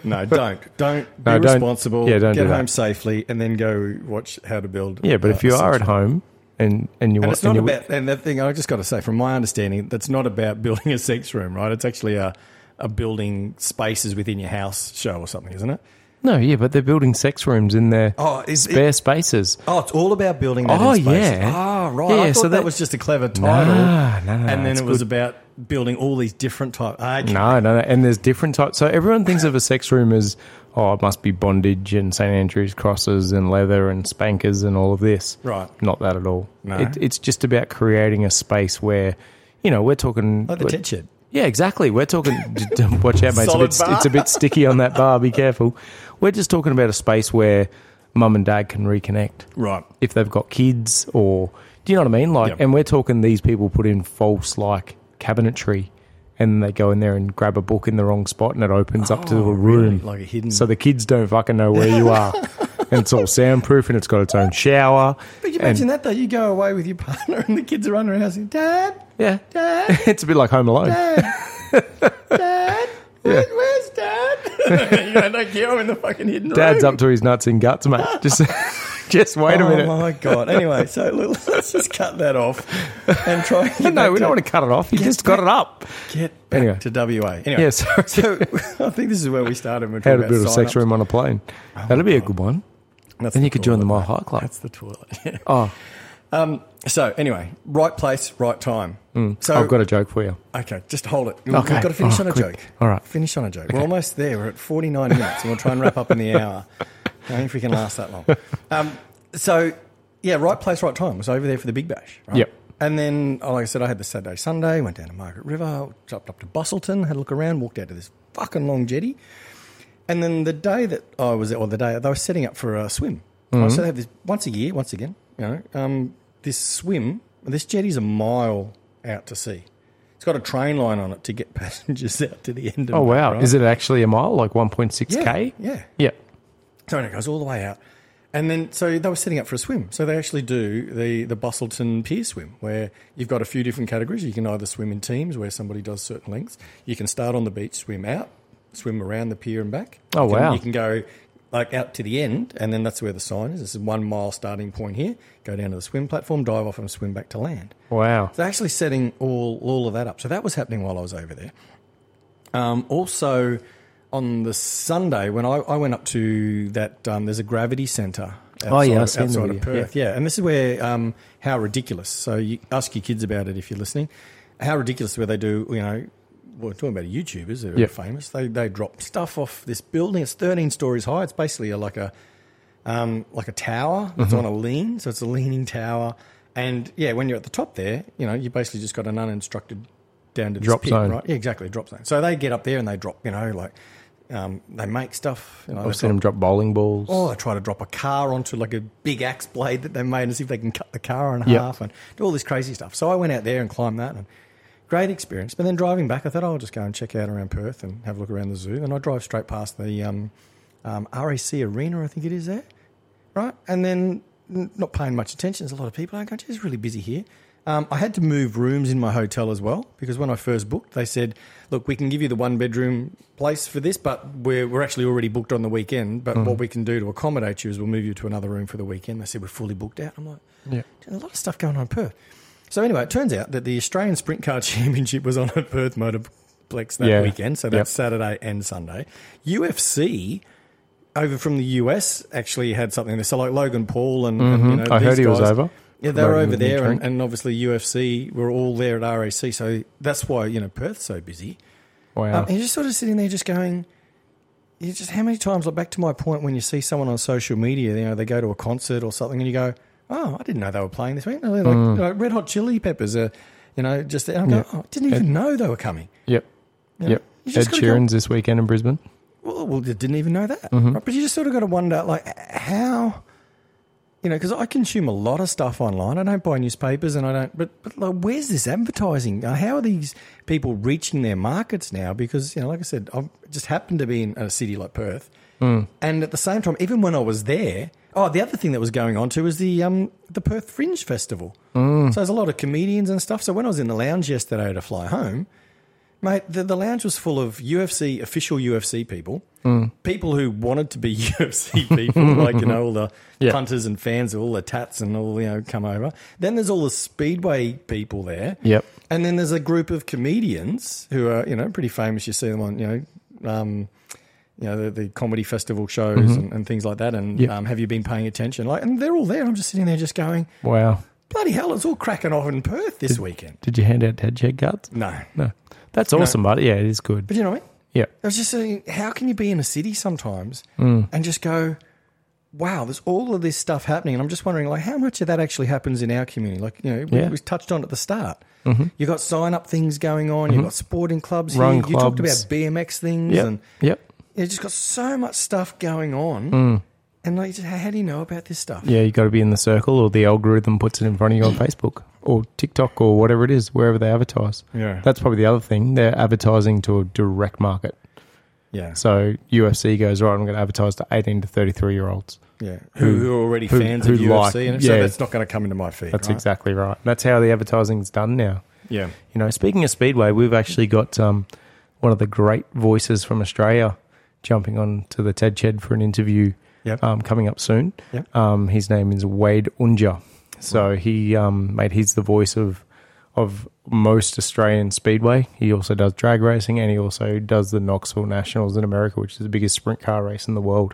No, don't. Don't.
No,
be
don't-
responsible.
yeah, don't
Get
do
home
that.
safely and then go watch How to Build.
Yeah, but
uh,
if you
a
are
sex
at
room.
home and and you
And
want
it's not
and you,
about, and that thing, I just got to say, from my understanding, that's not about [laughs] building a sex room, right? It's actually a, a building spaces within your house show or something, isn't it?
no, yeah, but they're building sex rooms in their
Oh, is it-
spare spaces.
Oh, it's all about building that
Oh,
in space.
yeah.
Ah, right.
Yeah,
I thought
so
that,
that-
was just a clever title.
Nah, nah, nah,
and then
it's
it was about building all these different ah, types.
No, no, no, and there's different types. So everyone thinks of a sex room as oh, it must be bondage and St Andrew's crosses and leather and spankers and all of this.
Right.
Not that at all.
No.
It, it's just about creating a space where, you know, we're talking
Like the
we're-
tit shit.
Yeah, exactly. We're talking. [laughs] d- d- watch out, mate. It's a,
Solid
bit,
bar.
it's a bit sticky on that bar. Be careful. We're just talking about a space where mum and dad can reconnect
Right.
if they've got kids or do you know what I mean? Like,
Yep.
and we're talking these people put in false like cabinetry, and they go in there and grab a book in the wrong spot, and it opens up to a room
Oh, Like a hidden.
so the kids don't fucking know where
[laughs]
you are. and it's all soundproof, and it's got its own shower.
but you
and-
imagine that, though. You go away with your [laughs] partner and the kids are running around saying, Dad,
yeah, [laughs]
Dad,
it's a bit like Home Alone.
Dad,
[laughs]
Dad, where- where's Dad? [laughs] you go, don't care, I'm in the fucking hidden
Dad's
room.
up to his nuts and
[laughs]
guts, mate. Just, [laughs] just wait a minute.
Oh, my God. Anyway, so look, let's just cut that off and try and get
[laughs] [laughs] No,
back
we
to-
don't want to cut it off. You just got it up.
get back
Anyway.
to WA. Anyway,
Yeah,
[laughs]
sorry.
so I think this is where we started. We're Oh,
How
talking
to build a
about
sex
sign-ups.
room on a plane. That'd be a good one.
That's
Then
the
you could join the
toilet.
My High Club.
That's the toilet. [laughs]
Oh,
so anyway, right place, right time. So
Mm. I've got a joke for you.
okay, just hold it. We've
Okay.
got to finish
Oh,
on a
quick.
joke.
All right.
finish on a joke. We're almost there. We're at forty nine minutes, and we'll try and wrap up in
[laughs]
the hour. I don't know if we can last that long. Um, so yeah, right place, right time. Was over there for the big bash. Right?
Yep.
And then, oh, like I said, I had the Saturday, Sunday, went down to Margaret River, dropped up to Bustleton, had a look around, walked out to this fucking long jetty. And then the day that I was, or the day they were setting up for a swim.
Mm-hmm.
Right, so they have this once a year, once again. You know, um, this swim, this jetty's a mile out to sea. It's got a train line on it to get [laughs] passengers out to the end. of
Oh
it,
wow!
right?
Is it actually a mile, like one point six
yeah,
k?
Yeah.
Yeah.
So and it goes all the way out. And then, so they were setting up for a swim. So they actually do the, the Bustleton Pier swim, where you've got a few different categories. You can either swim in teams, where somebody does certain lengths. You can start on the beach, swim out, swim around the pier and back.
Oh,
You can-
wow.
You can go like out to the end, and then that's where the sign is. This is one mile starting point here. Go down to the swim platform, dive off, and swim back to land.
Wow.
So they're actually setting all all of that up. So that was happening while I was over there. Um, also, on the Sunday when I, I went up to that, um, there's a gravity centre.
Oh, yeah, I've
outside-
seen the
outside of
video.
Perth. Yeah. and this is where um, how ridiculous. So you ask your kids about it if you're listening. How ridiculous where they do you know. We're talking about YouTubers who are
Yeah.
famous. They they drop stuff off this building. It's 13 stories high. It's basically a, like a um, like a tower. It's
Mm-hmm.
on a lean, so it's a leaning tower. And yeah, when you're at the top there, you know, you basically just got an uninstructed down to this
Drop
pit,
zone.
right? Yeah, exactly, drop zone. So they get up there and they drop, you know, like um, they make stuff. You know,
I've
they
seen them drop bowling balls.
Oh, they try to drop a car onto like a big axe blade that they made and see if they can cut the car in
Yep.
half and do all this crazy stuff. So I went out there and climbed that and great experience. But then driving back, I thought "Oh, I'll just go and check out around Perth and have a look around the zoo. And I drive straight past the um, um, RAC Arena, I think it is there, right? And then n- not paying much attention. There's a lot of people. I go, "Gee, it's really busy here. Um, I had to move rooms in my hotel as well because when I first booked, they said, "Look, we can give you the one bedroom place for this, but we're we're actually already booked on the weekend. But what we can do to accommodate you is we'll move you to another room for the weekend." They said we're fully booked out. I'm like,
Yeah.
"There's a lot of stuff going on in Perth." So anyway, it turns out that the Australian Sprint Car [laughs] Championship was on at Perth Motorplex that
Yeah.
weekend, so
Yep.
that's Saturday and Sunday. UFC over from the US actually had something there. So like Logan Paul and, and, you know,
Mm-hmm. I
these
heard he was
guys-
over.
Yeah, they were
Promoting
over
the new
there, and,
drink.
and obviously UFC were all there at RAC. So that's why you know Perth's so busy.
Wow.
Um, and you're just sort of sitting there, just going, you just how many times? Like back to my point when you see someone on social media, you know, they go to a concert or something, and you go, "Oh, I didn't know they were playing this week." No, they're Like, like Red Hot Chili Peppers are, you know, just there. And I'm going, "Oh,
Yeah.
I didn't even know they were coming."
yep. Yep.
You
Ed
just gotta go-
Sheeran's this weekend in Brisbane.
well, well they didn't even know that. Right? But you just sort of got to wonder, like, h- how, you know, because I consume a lot of stuff online. I don't buy newspapers and I don't, but, but like, where's this advertising? Uh, How are these people reaching their markets now? Because, you know, like I said, I just happened to be in a city like Perth. And at the same time, even when I was there, oh, the other thing that was going on too was the um, the Perth Fringe Festival. So there's a lot of comedians and stuff. So when I was in the lounge yesterday to fly home, Mate, the, the lounge was full of UFC, official UFC people,
Mm.
people who wanted to be [laughs] UFC people, like, you know, all the
[laughs] Yeah.
punters and fans, all the tats and all, you know, come over. Then there's all the Speedway people there.
Yep.
And then there's a group of comedians who are, you know, pretty famous. You see them on, you know, um, you know, the, the comedy festival shows and, and things like that. And
Mm-hmm. Yep.
um, have you been paying attention? Like, and they're all there. I'm just sitting there just going,
Wow.
bloody hell, it's all cracking off in Perth this weekend.
Did you hand out head check cards?
Mm. No.
No. That's awesome, but yeah, it is good.
But you know what I mean?
Yeah.
I was just saying, how can you be in a city sometimes
Hmm.
and just go, wow, there's all of this stuff happening? And I'm just wondering, like, how much of that actually happens in our community? Like, you know, we,
Yeah. Mm-hmm.
we touched on at the start. You've got sign up things going on, you've got sporting clubs
Run
here, you talked about
clubs.
BMX things,
Yep.
and
Yep.
you've just got so much stuff going on. And like, how how do you know about this stuff?
Mm. Yeah, you got to be in the circle, or the algorithm puts it in front of you on Facebook or TikTok or whatever it is, wherever they advertise.
Yeah.
That's probably the other thing. They're advertising to a direct market.
Yeah.
So UFC goes right. I'm going to advertise to 18 to 33 year olds.
yeah. Who, who are already
who-
fans
who
of UFC,
like-
and
yeah.
so that's not going to come into my feed.
That's
right?
exactly right. That's how the advertising's done now.
Yeah.
You know, speaking of Speedway, we've actually got um, one of the great voices from Australia jumping on to the TED Ched for an interview
Yep.
um, coming up soon.
Yep.
Um, his name is Wade Unja. So he, um, mate, he's the voice of of most Australian Speedway. He also does drag racing and he also does the Knoxville Nationals in America, which is the biggest sprint car race in the world.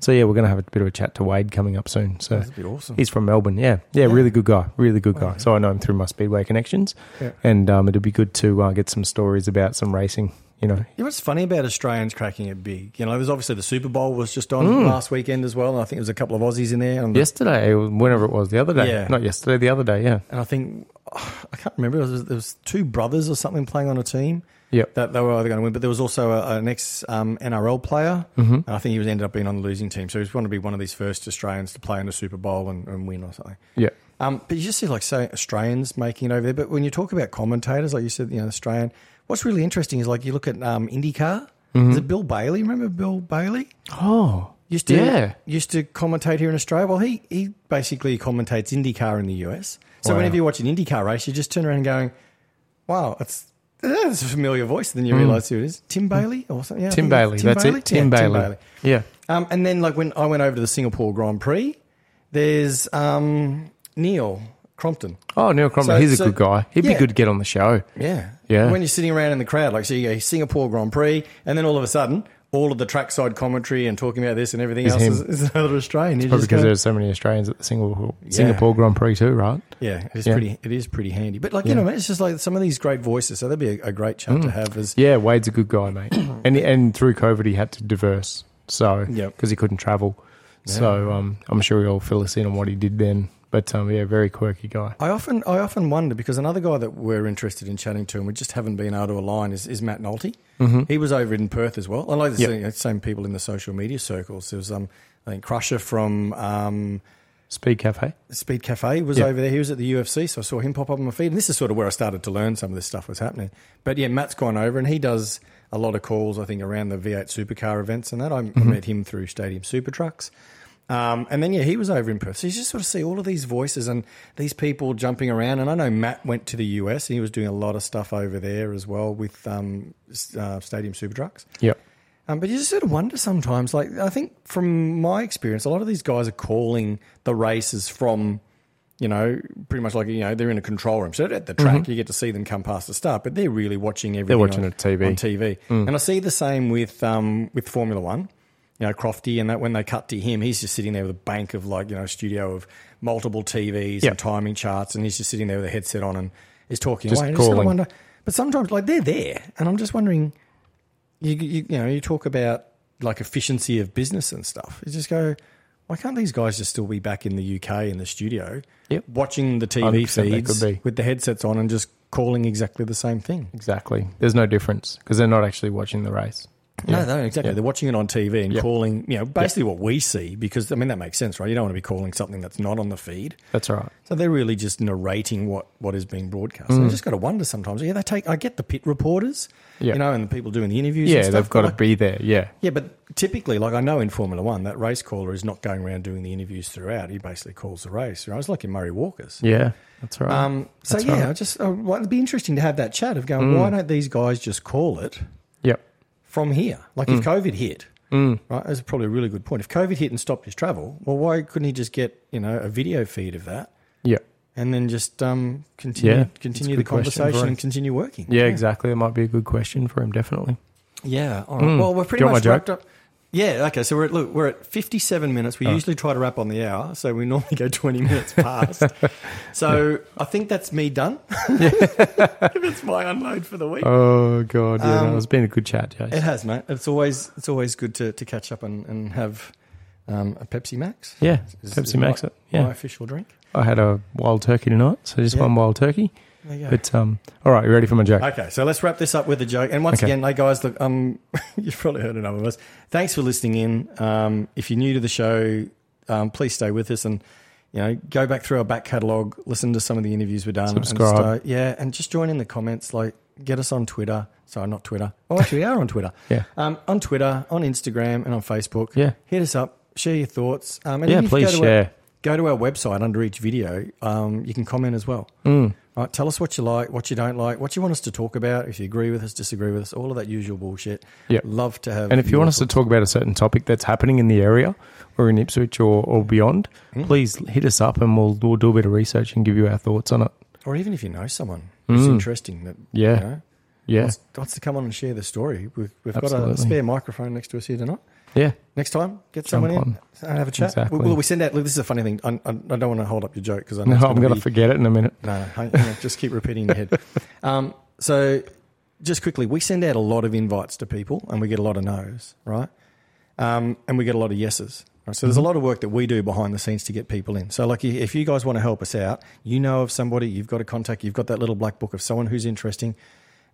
So yeah, we're going to have a bit of a chat to Wade coming up soon. So
Mm-hmm. That'd be awesome.
He's from Melbourne. Yeah. Yeah. Really good guy. Really good guy. So I know him through my Speedway connections.
Yeah.
And um, it'll be good to uh, get some stories about some racing, you know.
You know what's funny about Australians cracking it big? You know, there's obviously the Super Bowl was just on last weekend as well, and I think there was a couple of Aussies in there. And,
Yesterday, whenever it was, the other day.
Yeah.
Not yesterday, the other day. Yeah.
and I think I can't remember. There was, there was two brothers or something playing on a team,
Yep.
that they were either going to win. But there was also a, an ex um, NRL player. And I think he was ended up being on the losing team. So he was going to be one of these first Australians to play in the Super Bowl and, and win or something.
Yeah.
Um, but you just see like say Australians making it over there. But when you talk about commentators, like you said, you know Australian. What's really interesting is like you look at um, IndyCar. Is it Bill Bailey? Remember Bill Bailey?
Oh.
Used to
Yeah.
used to commentate here in Australia. Well, he he basically commentates IndyCar in the US. So
Wow.
whenever you watch an IndyCar race, you just turn around going, "Wow, it's that's a familiar voice." Then you realise who it is, Tim Bailey or something. Yeah, I
Hmm. Tim
think it's
Bailey. That's it. Tim,
Yeah,
Bailey. Yeah.
um, and then, like when I went over to the Singapore Grand Prix, there's um, Neil Crompton.
Oh, Neil Cromwell.
So-
he's a
so-
good guy. He'd
yeah.
be good to get on the show.
Yeah,
Yeah.
When you're sitting around in the crowd, like so, you go Singapore Grand Prix, and then all of a sudden, all of the trackside commentary and talking about this and everything else
him.
is, is another Australian. You're
Probably
just
because
going,
there's so many Australians at the Singapore, Singapore Grand Prix too, right?
yeah, it's
Yeah.
pretty. It is pretty handy. But like you know, it's just like some of these great voices. So that'd be a, a great chunk to have. As
Mm. Yeah, Wade's a good guy, mate. and and through COVID, he had to diverse, so because
Yep.
he couldn't travel. So um, I'm sure he'll fill us in on what he did then. But um, yeah, very quirky guy.
I often, I often wonder because another guy that we're interested in chatting to and we just haven't been able to align is, is Matt Nolte.
Mm-hmm.
He was over in Perth as well. I like the
Yep.
same, same people in the social media circles. There was um, I think Crusher from um,
Speed Cafe.
Speed Cafe was
Yep.
over there. He was at the UFC, so I saw him pop up on my feed. And this is sort of where I started to learn some of this stuff was happening. But yeah, Matt's gone over and he does a lot of calls. I think around the V8 supercar events and that. I, I met him through Stadium Super Trucks. Um, and then yeah, he was over in Perth. So you just sort of see all of these voices and these people jumping around. And I know Matt went to the US and he was doing a lot of stuff over there as well with um, s- uh, Stadium Super Trucks.
Yep.
Um, but you just sort of wonder sometimes. Like I think from my experience, a lot of these guys are calling the races from, you know, pretty much like you know they're in a control room. So at the track, you get to see them come past the start, but they're really watching everything.
Mm-hmm. watching
on,
it TV.
on TV,
Mm.
and I see the same with um, with Formula One. You know, Crofty and that when they cut to him, he's just sitting there with a bank of like you know studio of multiple TVs
Yeah.
and timing charts, and he's just sitting there with a headset on and is talking
Just
away. And I just sort of
calling.
wonder, but sometimes like they're there, and I'm just wondering you, you you know you talk about like efficiency of business and stuff. You just go, why can't these guys just still be back in the UK in the studio,
Yep.
watching the TV
100% they
feeds
could be.
with the headsets on and just calling exactly the same thing?
Exactly. There's no difference because they're not actually watching the race.
No, no, exactly. They're watching it on TV and
Yep.
calling, you know, basically what we see because I mean that makes sense, right? You don't want to be calling something that's not on the feed.
That's all right.
So they're really just narrating what, what is being broadcast.
Mm.
I just got to wonder sometimes. Yeah, they take. I get the pit reporters,
Yeah.
you know, and the people doing the interviews. and
Yeah,
stuff,
they've got
but
to be there. Yeah.
Yeah, but typically, like I know in Formula One, that race caller is not going around doing the interviews throughout. He basically calls the race. Right? It's like in Murray Walker's.
Yeah. That's all right.
Um, so
That's
yeah,
right. Mm.
I just uh, well, it'd be interesting to have that chat of going. Why don't these guys just call it
Yep.
from here? Like
Mm.
if COVID hit, right? That's probably a really good point. If COVID hit and stopped his travel, well, why couldn't he just get you know a video feed of that
Yep.
and then just um, continue
Yeah, that's
continue
a
the
good question,
conversation
Brian.
and continue working?
Yeah, exactly. It might be a good question for him, definitely.
Yeah. All right. Well, we're pretty
Hmm. Do you
much
want my
wrapped up. Yeah. Okay. So we're at, look, we're at 57 minutes.
Oh.
We usually try to wrap on the hour, so we normally go
[laughs]
20 minutes past. so I think that's me
[laughs]
done. [laughs] that's my unload for the week.
Oh, God. Yeah. no, it's been a good chat,
Um,
Jase.
It has, mate. It's always it's always good to, to catch up and, and have um, a Pepsi Max.
Yeah.
Is- is
Pepsi Max
my,
it. Yeah.
my official drink.
I had a wild turkey tonight, so just
Yeah.
one wild turkey.
There you go.
But um, all right, you ready for my joke?
Okay, so let's wrap this up with a joke. And once
Okay.
again, hey guys, look, um, [laughs] you've probably heard enough of us. Thanks for listening in. Um, if you're new to the show, um, please stay with us and you know go back through our back catalogue, listen to some of the interviews we've done. And
Subscribe.
just, uh, yeah, and just join in the comments. Like, get us on Twitter. Sorry, not Twitter. Oh, actually, we are on Twitter.
[laughs] Yeah.
um, on Twitter, on Instagram, and on Facebook.
Yeah.
hit us up. Share your thoughts. Um, and
Yeah,
even if you
please
go to our-
share.
go to our website under each video. Um, you can comment as well.
Mm.
Right, tell us what you like, what you don't like, what you want us to talk about. If you agree with us, disagree with us, all of that usual bullshit.
Yep.
love to have.
And if you
your
want us to talk about a certain topic that's happening in the area or in Ipswich or, or beyond,
Hmm?
please hit us up and we'll, we'll do a bit of research and give you our thoughts on it.
thoughts. or even if you know someone who's interesting, that
Mm. Yeah.
you know,
Yeah.
wants, wants to come on and share the story. We've, we've got a
Absolutely.
spare microphone next to us here tonight.
Yeah.
Next time, get someone in
on.
and have a chat.
Exactly.
Well, we send out. Look, this is a funny thing. I, I, I don't want to hold up your joke because I know
No,
it's
I'm going
be-
to forget it in a minute.
No, no, hang- hang on, just keep repeating in your head. Um, so, just quickly, we send out a lot of invites to people, and we get a lot of no's, right? Um, and we get a lot of yeses. Right? So there's a lot of work that we do behind the scenes to get people in. So, like, if you guys want to help us out, you know of somebody, you've got a contact, you've got that little black book of someone who's interesting.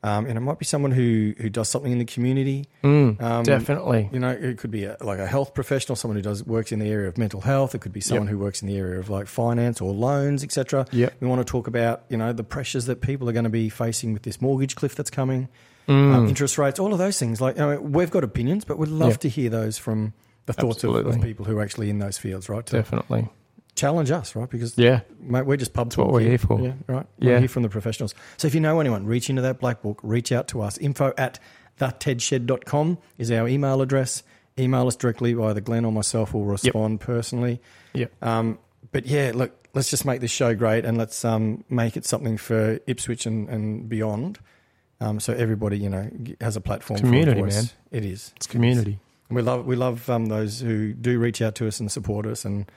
Um, and it might be someone who, who does something in the community. um,
Definitely.
You know, it could be a, like a health professional, someone who does works in the area of mental health. It could be someone who works in the area of like finance or loans, etc.
Yep.
We want to talk about you know the pressures that people are going to be facing with this mortgage cliff that's coming,
Mm.
um, interest rates, all of those things. Like you know, we've got opinions, but we'd love
Yeah.
to hear those from the thoughts of, of
Absolutely.
people who are actually in those fields, right? To
Definitely.
challenge us, right? Because
Yeah.
Mate, we're just pub That's
what we're here for.
Yeah, right. We're
Yeah.
here from the professionals. So if you know anyone, reach into that black book, reach out to us. Info at thetedshed.com is our email address. Email us directly by the Glenn or myself will respond personally.
Yep.
Um, but yeah, look, let's just make this show great and let's um, make it something for Ipswich and, and beyond. Um, so everybody, you know, g- has a platform.
Community,
for a voice.
man.
It is.
It's community.
We love we love um, those who do reach out to us and support us, and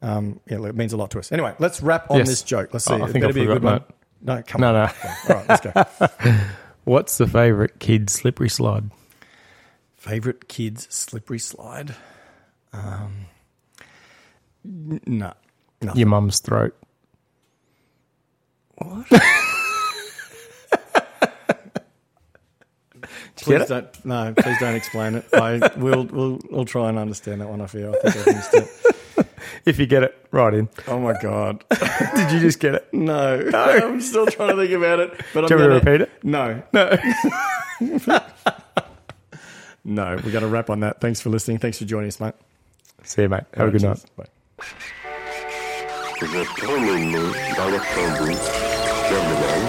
um, yeah, it means a lot to us. Anyway, let's wrap on
Yes.
this joke. Let's see.
Oh, I
it
think
better
I
be a good one.
forgot
No, come
No,
on.
no.
All right, let's go.
[laughs] What's the favourite kid slippery slide?
Favorite kids slippery slide. Um, n- no, nothing.
Your mum's throat.
Please don't. No, please don't explain it. I will. We'll, we'll try and understand that one. I feel. I think I've missed it.
If you get it, right in.
Oh my god.
[laughs] Did you just get it?
No, [laughs] I'm still trying to think about it. But
Do
I'm
you
gonna,
want me to repeat it?
No, no, [laughs]
[laughs]
no. We got to wrap on that. Thanks for listening. Thanks for joining us, mate.
See you, mate. Have a good night.
Cheers. Bye.
The Tolling Director Book, German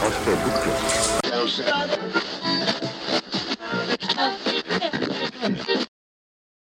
Hasta Book Club.